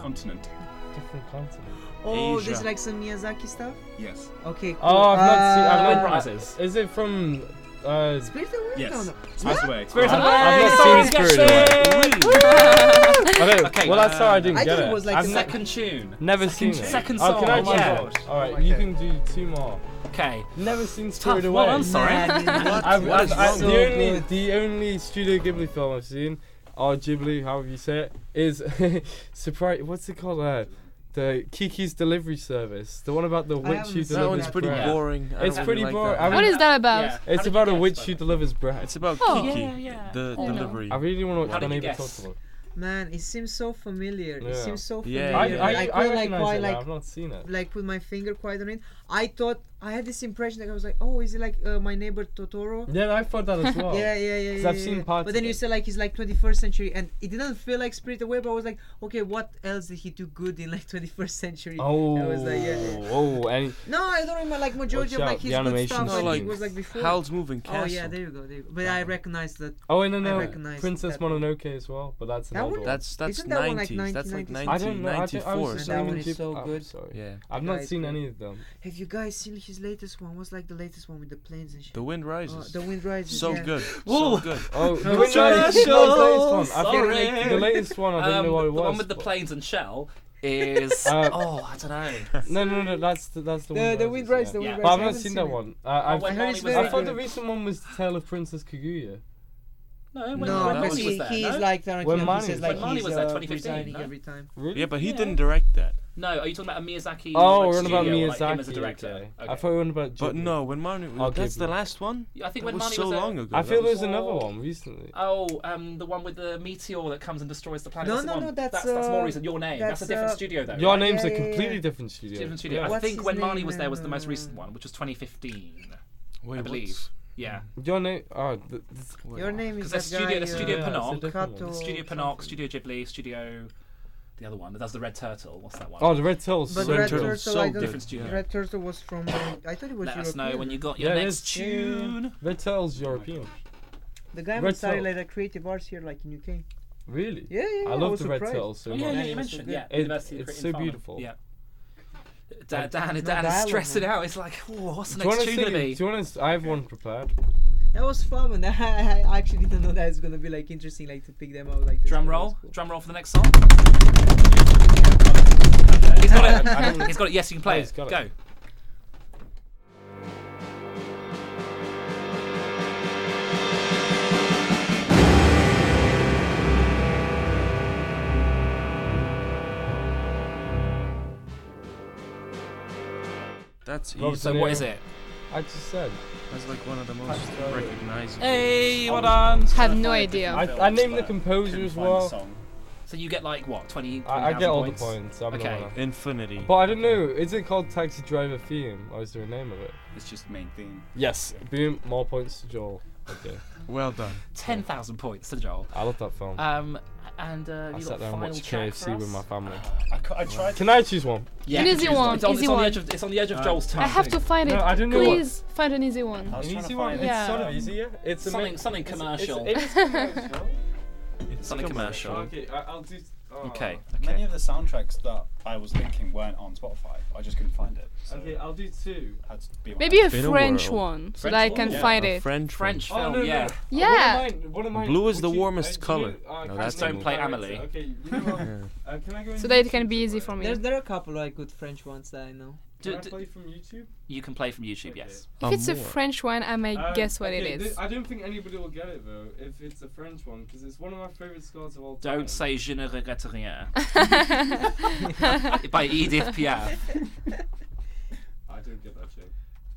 S4: Continent.
S3: Different continent.
S6: Oh, there's
S4: Asia.
S6: like some Miyazaki stuff.
S4: Yes.
S6: Okay. Cool.
S3: Oh, I've not seen. I've
S6: Uh,
S3: not Is it from? Uh, Spirit
S6: Away?
S4: Yes.
S6: No, no.
S4: Spirit Away.
S3: Spirit
S4: I've-
S3: Away.
S4: I've
S3: I've
S4: not
S3: not
S4: seen
S3: Spirit
S4: Spirit
S3: Away. I don't-
S1: Okay,
S3: well, that's how I didn't
S1: I
S3: get
S1: thought it was like
S3: I've
S1: the
S3: ne-
S1: second tune.
S3: Never
S1: Second
S3: seen it.
S1: tune. Second
S3: Oh, can I
S1: song, yeah.
S3: do
S1: Oh
S3: All right,
S1: my
S3: you
S1: God.
S3: can do two more.
S1: Okay.
S3: Never seen
S1: Tough.
S3: Spirit
S1: Well,
S3: Away.
S1: I'm sorry.
S3: I've,
S1: Man, what-
S3: I've,
S1: what is
S3: I've-
S1: wrong?
S3: the
S1: So
S3: only
S1: good.
S3: the only Studio Ghibli film I've seen, or Ghibli, however you say it, is surprise. What's it called? Uh, the Kiki's Delivery Service, the one about the witch who
S7: haven't seen
S3: delivers
S7: That one's pretty
S3: bread.
S7: boring. I
S3: It's
S7: don't
S3: pretty
S7: really like
S3: boring.
S7: that
S3: I
S7: one.
S5: What
S3: mean-
S5: is that about? Yeah.
S3: It's about a witch who delivers bread. It's
S7: about
S5: Oh.
S7: Kiki,
S5: Yeah,
S7: the
S5: I know.
S7: delivery.
S3: I really want to watch
S7: How did
S3: my
S7: you
S3: neighbor
S7: guess?
S3: Totoro.
S6: Man, it seems so familiar. It
S3: Yeah.
S6: seems so familiar.
S7: Yeah, yeah.
S3: I, I,
S6: I
S3: I
S6: couldn't, like
S3: recognize
S6: quite
S3: it now,
S6: like
S3: I've not seen it.
S6: like put my finger quite on it. I thought I had this impression that I was like, oh, is it like uh, my neighbor Totoro?
S3: Yeah, I thought that as well.
S6: Yeah, yeah, yeah.
S3: 'Cause
S6: yeah,
S3: I've
S6: yeah,
S3: seen
S6: yeah.
S3: parts
S6: But then
S3: of
S6: you
S3: it.
S6: said like it's like 21st century, and it didn't feel like Spirit Away. But I was like, okay, what else did he do good in like 21st century?
S3: Oh,
S6: I was like, yeah. yeah.
S3: oh, and
S6: No, I don't remember like majority
S3: Watch
S6: of
S3: out,
S6: like his
S3: the
S6: good
S3: animation
S6: stuff.
S3: No,
S6: like,
S3: like
S6: it was like before.
S7: Howl's Moving
S6: Oh yeah,
S7: Castle.
S6: there you go, there you go. But I recognized that.
S3: oh, and then
S6: I
S3: uh,
S6: recognized
S3: Princess
S6: that.
S3: Mononoke as well, but that's
S6: That
S3: an older
S6: one-
S3: one.
S7: That's that's
S6: Isn't that one, like,
S7: 90s. that's like
S6: 1990s?
S3: I don't know. I, don't, I
S7: 1994.
S3: was just
S6: And that
S3: saying
S6: one
S3: the
S6: is
S3: Ghib-
S6: so
S3: I'm
S6: good.
S3: sorry.
S7: Yeah.
S3: I've
S6: Guys,
S3: not seen
S6: bro.
S3: any of them.
S6: Have you guys seen his latest one? What's like the latest one with the planes and shit?
S7: The Wind
S6: Oh,
S7: Rises.
S6: the Wind Rises.
S7: So
S6: yeah.
S7: good.
S1: Whoa.
S7: So good.
S3: Oh,
S1: Not
S3: the latest one. I think
S1: Sorry.
S3: the latest one. I don't
S1: Um,
S3: know what it
S1: the
S3: was.
S1: one with the
S3: but-
S1: planes and shell is.
S3: Uh,
S1: oh, I don't know.
S3: No, no, no, that's the, that's the,
S6: The-
S3: Wind
S6: the
S3: Rises,
S6: Wind Rises,
S3: yeah.
S6: the
S3: But
S6: Wind Rises,
S3: I've
S6: I
S3: not
S6: haven't
S3: seen
S6: seen
S3: that
S6: it.
S3: one. Uh,
S7: Oh,
S3: I've,
S1: when
S6: I heard it's
S1: Molly was
S3: I
S6: very
S3: thought the
S6: good.
S3: recent one was the Tale of Princess Kaguya.
S1: No, when
S6: No,
S1: Marnie
S6: but
S1: was
S6: he,
S1: there,
S6: he's
S1: no?
S6: like
S3: When
S6: Tarantino.
S3: Marnie
S6: he says
S3: was
S6: like
S1: there. When Marnie
S6: he's
S1: was there,
S6: uh,
S1: 2015,
S6: resigning
S1: no?
S6: every time.
S3: Really?
S7: Yeah, but he
S1: Yeah.
S7: didn't direct that.
S1: No, are you talking about a Miyazaki?
S3: Oh,
S1: like,
S3: we're on about
S1: studio, like,
S3: Miyazaki.
S1: him as a director.
S3: okay.
S1: Okay.
S3: I thought we were on about.
S7: But
S3: Ghibli.
S7: no, when Marnie,
S3: Oh,
S7: that's the
S3: Ghibli.
S7: last one.
S1: Yeah, I think
S7: That
S1: when
S7: was
S1: Marnie
S7: so
S1: was there-
S7: long ago.
S3: I
S7: that
S3: feel
S7: was-
S3: there's another one recently.
S1: Oh, um, the one with the meteor that comes and destroys the planet.
S6: No,
S1: that's
S6: no,
S1: the one.
S6: no, that's,
S1: that's, that's
S6: uh,
S1: more reason. Your name. That's,
S6: that's,
S1: a different
S6: uh,
S1: studio, though.
S3: Your
S1: right?
S3: name's a
S6: yeah, yeah, yeah.
S3: completely different studio.
S1: Different studio. I
S6: What's
S1: think
S6: his
S1: when Marnie
S6: name,
S1: was there was the most
S6: uh,
S1: recent one, which was 2015,
S7: Wait,
S1: I
S7: what's-
S1: believe. Yeah.
S3: Your name? Oh, th- this,
S6: Your name is
S1: Because the
S6: that guy,
S1: studio, the studio
S6: uh,
S3: Yeah, it's a
S1: Panok,
S3: different one.
S1: the
S6: Kato
S1: studio Panok,
S6: something.
S1: studio Ghibli, studio, the other one. That's the Red Turtle. What's that one?
S3: oh, the Red Tails.
S6: But
S7: Red
S6: Red
S7: Turtle,
S6: Turtle,
S7: so
S6: I
S7: good.
S6: don't,
S1: Different studio.
S6: Red Turtle was from. uh, I thought it was
S1: Let
S6: European.
S1: us know when you got your
S3: Yeah, it is.
S1: next
S3: Yeah.
S1: tune.
S3: Red Tails European.
S6: The guy who
S3: Red
S6: started
S3: Turtle.
S6: like the creative arts here, like in UK.
S3: Really?
S6: Yeah, yeah, yeah,
S3: I
S6: I
S3: love
S6: was
S3: the Red
S6: surprised.
S3: Tails so
S1: Oh, yeah,
S3: much.
S1: yeah,
S6: Yeah,
S1: you
S6: it's
S1: mentioned.
S6: good.
S1: Yeah,
S3: It-
S1: University of
S3: it's
S1: Crit
S3: so
S1: in Farnham.
S3: beautiful.
S1: Yeah. Da- Dan,
S6: no
S1: Dan is
S6: dialogue,
S1: stressing
S6: man.
S1: out. It's like, oh, what's the
S3: Do you want
S1: next
S3: to
S1: tune
S3: see?
S1: going to
S3: Do
S1: be?
S3: you want to? I have one prepared.
S6: That was fun, and I, I actually didn't know that it's gonna be like interesting, like to pick them out like. This,
S1: Drum
S6: but it was
S1: roll.
S6: cool.
S1: Drum roll for the next song. He's got it. He's got it. Yes, you
S3: Oh,
S1: can play
S3: he's
S1: it.
S3: got it.
S1: Go.
S7: That's
S3: Robert
S7: easy.
S1: So
S3: De
S1: what
S3: Niro.
S1: is it?
S3: I just said.
S7: That's like one of the most recognizable.
S1: Hey, what
S3: I
S1: on?
S3: was
S5: Have no idea.
S3: I, I named the composer as well.
S1: So you get like what? 20,
S3: I, I
S1: 20,000
S3: get all the
S1: points.
S3: points. I'm
S1: Okay.
S3: the winner.
S7: Infinity.
S3: But I don't know. Is it called Taxi Driver theme, or is there a name of it?
S4: It's just main theme.
S3: Yes. Boom. More points to Joel. Okay.
S7: Well done.
S1: Ten thousand points to Joel.
S3: I love that film.
S1: Um, and uh, have
S3: I
S1: you
S3: sat
S1: got
S3: there and
S1: final
S3: watched
S1: track for
S3: KFC with
S1: us?
S3: my family.
S4: I, cou- I tried.
S3: Can I choose one?
S1: Yeah,
S5: An easy
S1: choose
S5: one,
S1: It's on,
S5: easy
S1: it's on
S5: one.
S1: the edge of it's on the edge of
S3: Uh,
S1: Joel's tongue.
S5: I have to find
S3: No,
S5: it.
S3: I don't know what-
S5: Please find an easy one.
S4: I was
S3: An
S4: trying to
S3: easy one.
S4: find-
S5: Yeah.
S3: It's sort of easy. Yeah. It's a
S1: something
S3: ma-
S1: something
S3: it's-
S1: commercial.
S3: It's, it's commercial.
S1: something commercial.
S3: Okay. I, I'll do. oh.
S1: Okay.
S4: Many
S1: Okay.
S4: of the soundtracks that I was thinking weren't on Spotify. I just couldn't find it. So
S3: Okay. I'll do two.
S4: had to be my
S5: Maybe a
S7: Been a
S5: French
S7: whirl.
S5: one, so
S4: French
S5: that I
S4: one?
S5: can
S4: Yeah.
S5: find
S7: A
S5: it.
S7: French.
S1: French
S7: one.
S1: film.
S3: Oh, no, no.
S1: yeah.
S5: Yeah.
S3: What am I, what am I,
S7: Blue is
S3: would
S7: the
S3: you-
S7: warmest
S3: do
S7: colour.
S3: You, uh,
S7: No,
S3: can
S7: that's
S3: I
S1: Don't
S3: do
S1: play
S3: character?
S1: Amelie.
S3: Okay, you know what? uh, can I go
S5: So
S3: in
S5: that it
S3: first?
S5: can be easy for
S6: There,
S5: me.
S6: there are a couple I could French ones that I know.
S3: Can I play from YouTube?
S1: You can play from YouTube, yes.
S5: If it's a French one, I may
S3: Um,
S5: guess what
S3: okay,
S5: it
S3: thi-
S5: is.
S3: I don't think anybody will get it though if it's a French one because it's one of my favorite scores of all time.
S1: Don't say Je ne regrette rien. By Edith Piaf.
S3: I don't get that joke.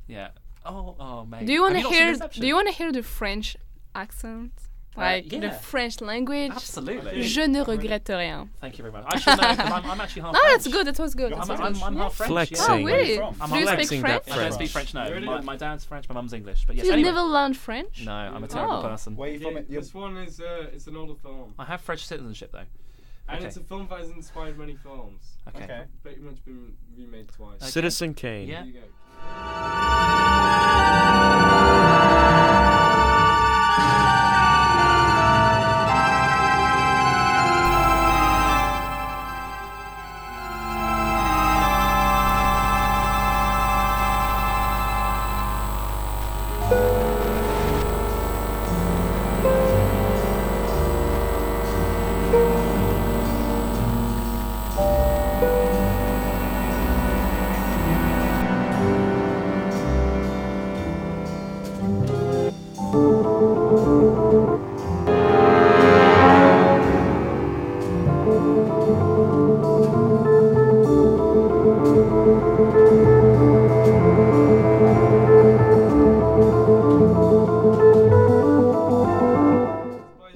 S1: Yeah. Oh, oh, mate.
S5: do you want
S1: Have
S5: to
S1: not seen
S5: hear?
S1: Inception?
S5: Do you want to hear the French accent,
S1: Uh,
S5: like the
S1: yeah.
S5: French language?
S1: Absolutely.
S5: Je ne regrette rien.
S1: Thank you very much. I should know 'cause I'm, I'm actually half
S5: No,
S1: French.
S5: that's good. That was good.
S1: I'm,
S5: That was
S1: I'm,
S5: good.
S1: I'm half French.
S5: Oh,
S7: Flexing.
S5: really?
S7: Where are you from?
S5: Do you speak
S7: Flexing
S5: French?
S7: that
S1: I don't speak
S7: French.
S1: French. No,
S3: Really?
S1: my, my dad's French. My mum's English. But yes,
S5: you
S1: anyway.
S5: never learned French?
S1: No, Uh, I'm a terrible
S5: Oh.
S1: person.
S4: Where are you from?
S3: Yeah, this one is uh, it's an older film
S1: I have French citizenship though.
S3: and
S1: Okay.
S3: it's a film that has inspired many films.
S1: Okay. Okay.
S3: It's pretty much been remade twice.
S7: Okay. Citizen Kane.
S1: Yeah.
S3: There you go.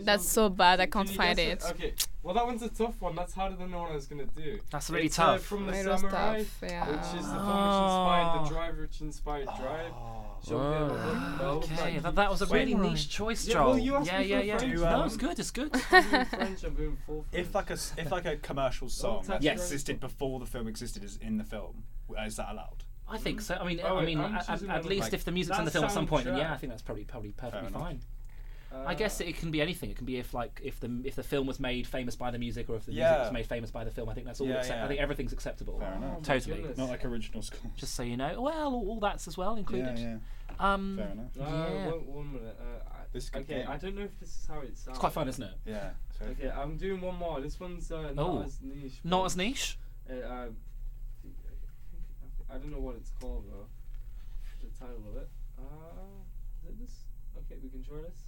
S5: That's so bad. I can't
S3: You
S5: find it.
S3: guessed Okay. Well, that one's a tough one. That's harder than the one I was gonna do.
S1: That's really
S3: It's, uh,
S1: tough.
S3: from the
S5: It was
S3: samurai,
S5: tough, yeah. Oh.
S3: which is the film which inspired the driver, which inspired Drive. Jean-Pierre Bel- Bel-
S1: Oh. Okay,
S3: Bel-
S1: that, that was a really
S3: Samurai.
S1: niche choice,
S3: Yeah,
S1: Joel.
S3: well, you asked
S1: yeah,
S3: me
S1: yeah,
S3: for
S1: yeah.
S3: French.
S1: no,
S4: um,
S1: it's good. It's good.
S3: I'm in French, I'm in full
S4: If like a s- if like a commercial song
S3: touch
S4: that
S1: Yes.
S4: existed before the film existed is in the film, w- is that allowed?
S1: I think so. I mean,
S3: Oh,
S1: I
S3: wait,
S1: mean,
S3: I'm
S1: at,
S3: choosing
S1: at
S3: one
S1: least
S3: like-
S1: if the music's in the
S3: that
S1: film at some point, then yeah, I
S3: soundtrack.
S1: think that's probably probably perfectly
S4: enough. Uh,
S1: fine. I guess it can be anything. It can be if like if the if the film was made famous by the music, or if the music
S4: Yeah.
S1: was made famous by the film. I think that's all.
S4: Yeah,
S1: accept-
S4: yeah.
S1: I think everything's acceptable.
S4: Fair
S3: Oh
S4: enough.
S1: Totally.
S4: Not like original score.
S1: Just so you know, well, all, all that's as well included.
S4: yeah.
S1: Um,
S4: Fair enough.
S3: Uh,
S1: yeah.
S3: one, one minute. Uh, I,
S4: This could
S3: okay,
S4: be-
S3: I don't know if this is how it sounds.
S1: It's quite fun, isn't it?
S4: Yeah. So
S3: Okay, I'm doing one more. This one's uh, not
S1: Oh.
S3: as niche.
S1: Not
S3: but-
S1: as niche.
S3: Uh, I, think, I don't know what it's called though. The title of it. Uh, is it this? Okay, we can try this.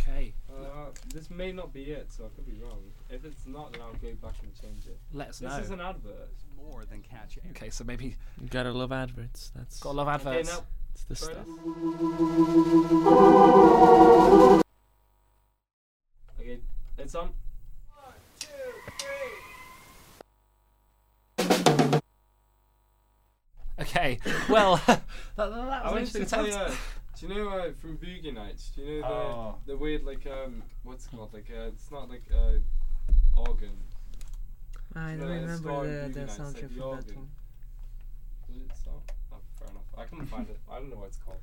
S1: Okay.
S3: Uh, this may not be it, so I could be wrong. If it's not, then I'll go back and change it.
S1: Let us
S3: this
S1: know.
S3: is an advert.
S19: More than catch air.
S1: Okay, so maybe
S7: Gotta love adverts. That's
S1: got a lot of
S3: Okay,
S1: adverts.
S3: now.
S7: it's the
S3: try it.
S7: stuff.
S3: Okay, it's on.
S1: Okay. Well, that, that, that
S3: I
S1: was an
S3: wanted
S1: interesting
S3: to tell
S1: attempt.
S3: you, do you know uh, from Boogie Nights? Do you know the
S4: Oh.
S3: the weird like um what's it called like uh, it's not like uh organ.
S6: I
S3: No,
S6: don't
S3: it's called
S6: remember
S3: Boogie
S6: the, the
S3: Nights, like
S6: soundtrack
S3: the
S6: for that
S3: organ.
S6: one.
S3: Is it song? Oh, fair enough. I couldn't find it. I don't know what it's called.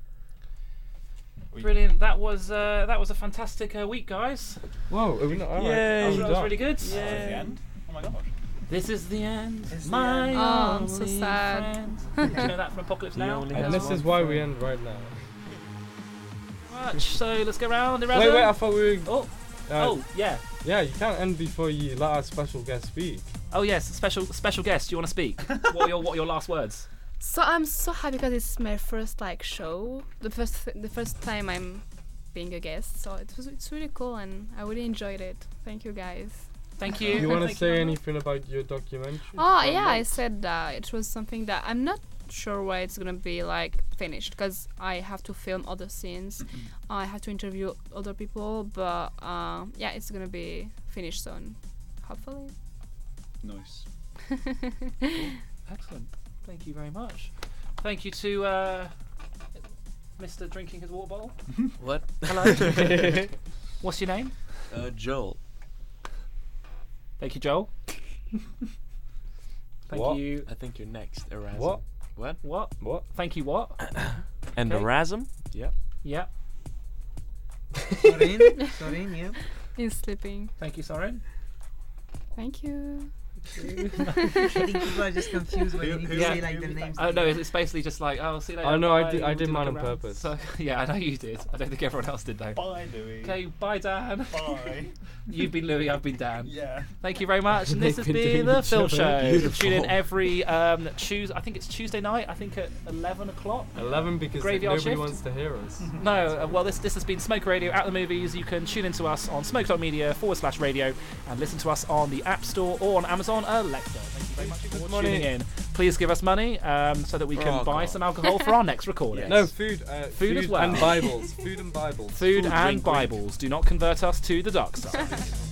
S1: Brilliant. That was uh, that was a fantastic uh, week, guys.
S3: Whoa, are we not?
S7: alright. Yay.
S3: Oh,
S1: That was really good.
S4: That was the end. Oh my gosh.
S1: This is the end.
S4: It's the
S1: my
S4: end.
S5: Oh, I'm so
S1: only
S5: sad.
S1: friend. Do you know that from Apocalypse
S7: He
S1: Now?
S7: only
S1: Thank
S3: And
S7: has
S3: this
S7: one
S3: is why we
S7: friend.
S3: end right now.
S1: you very much. So let's go round. and
S3: Wait,
S1: round.
S3: wait. I thought we were.
S1: oh,
S3: Uh,
S1: oh, yeah.
S3: Yeah, you can't end before you let our special guest speak.
S1: Oh yes, special special guest. Do you want to speak? what are your what are your last words?
S5: So I'm so happy because it's my first like show, the first the first time I'm being a guest. So it was it's really cool and I really enjoyed it. Thank you guys.
S1: Thank
S3: Do
S1: you.
S3: you want to
S1: Thank
S3: say
S1: very much.
S3: anything about your documentary?
S5: Oh yeah, I said that it was something that I'm not sure where it's gonna be like finished because I have to film other scenes, I have to interview other people, but uh, yeah, it's gonna be finished soon, hopefully.
S4: Nice.
S1: Excellent. Thank you very much. Thank you to uh, Mr. Drinking His Water Bowl.
S7: What?
S1: Hello. What's your name?
S7: uh, Joel.
S1: Thank you, Joel. Thank
S3: What?
S1: you.
S7: I think you're next, Erasm.
S3: What?
S7: What?
S1: What?
S3: What?
S1: Thank you. What?
S7: And
S1: Okay.
S7: Erasm? Yeah.
S1: yeah.
S6: Sorin, Sorin, yeah.
S5: He's sleeping.
S1: Thank you, Soren.
S5: Thank you.
S6: I think people are just confused when you say like the names.
S1: Oh no, it's it's basically just like, oh, see you later.
S3: I know, I
S1: bye,
S3: did- I
S1: we'll
S3: did
S1: do
S3: mine
S1: like
S3: on
S1: a round."
S3: purpose.
S1: So, yeah, I know you did. I don't think everyone else did though.
S4: Bye, Louis.
S1: Okay, bye, Dan.
S4: Bye.
S1: You've been Louis, I've been Dan.
S4: Yeah.
S1: Thank you very much. And
S4: They've
S1: this has
S4: been
S1: been
S4: doing
S1: the
S4: each
S1: Phil
S4: other.
S1: Show.
S4: Beautiful.
S1: Tune in every um, Tuesday. I think it's Tuesday night. I think at eleven o'clock.
S3: 11 because
S1: Graveyard
S3: nobody
S1: shift?
S3: wants to hear us.
S1: No, uh, well, this this has been Smoke Radio at the movies. You can tune into us on smoke.media forward slash radio and listen to us on the App Store or on Amazon Alexa. Thank you very much for
S3: money.
S1: tuning in. Please give us money um, so that we
S3: For
S1: can
S3: alcohol.
S1: buy some alcohol for our next recording.
S3: Oh, No, food, uh,
S1: food, as well.
S3: and Bibles. Food and Bibles.
S1: Food, and
S3: drink, drink.
S1: Bibles. Do not convert us to the dark side.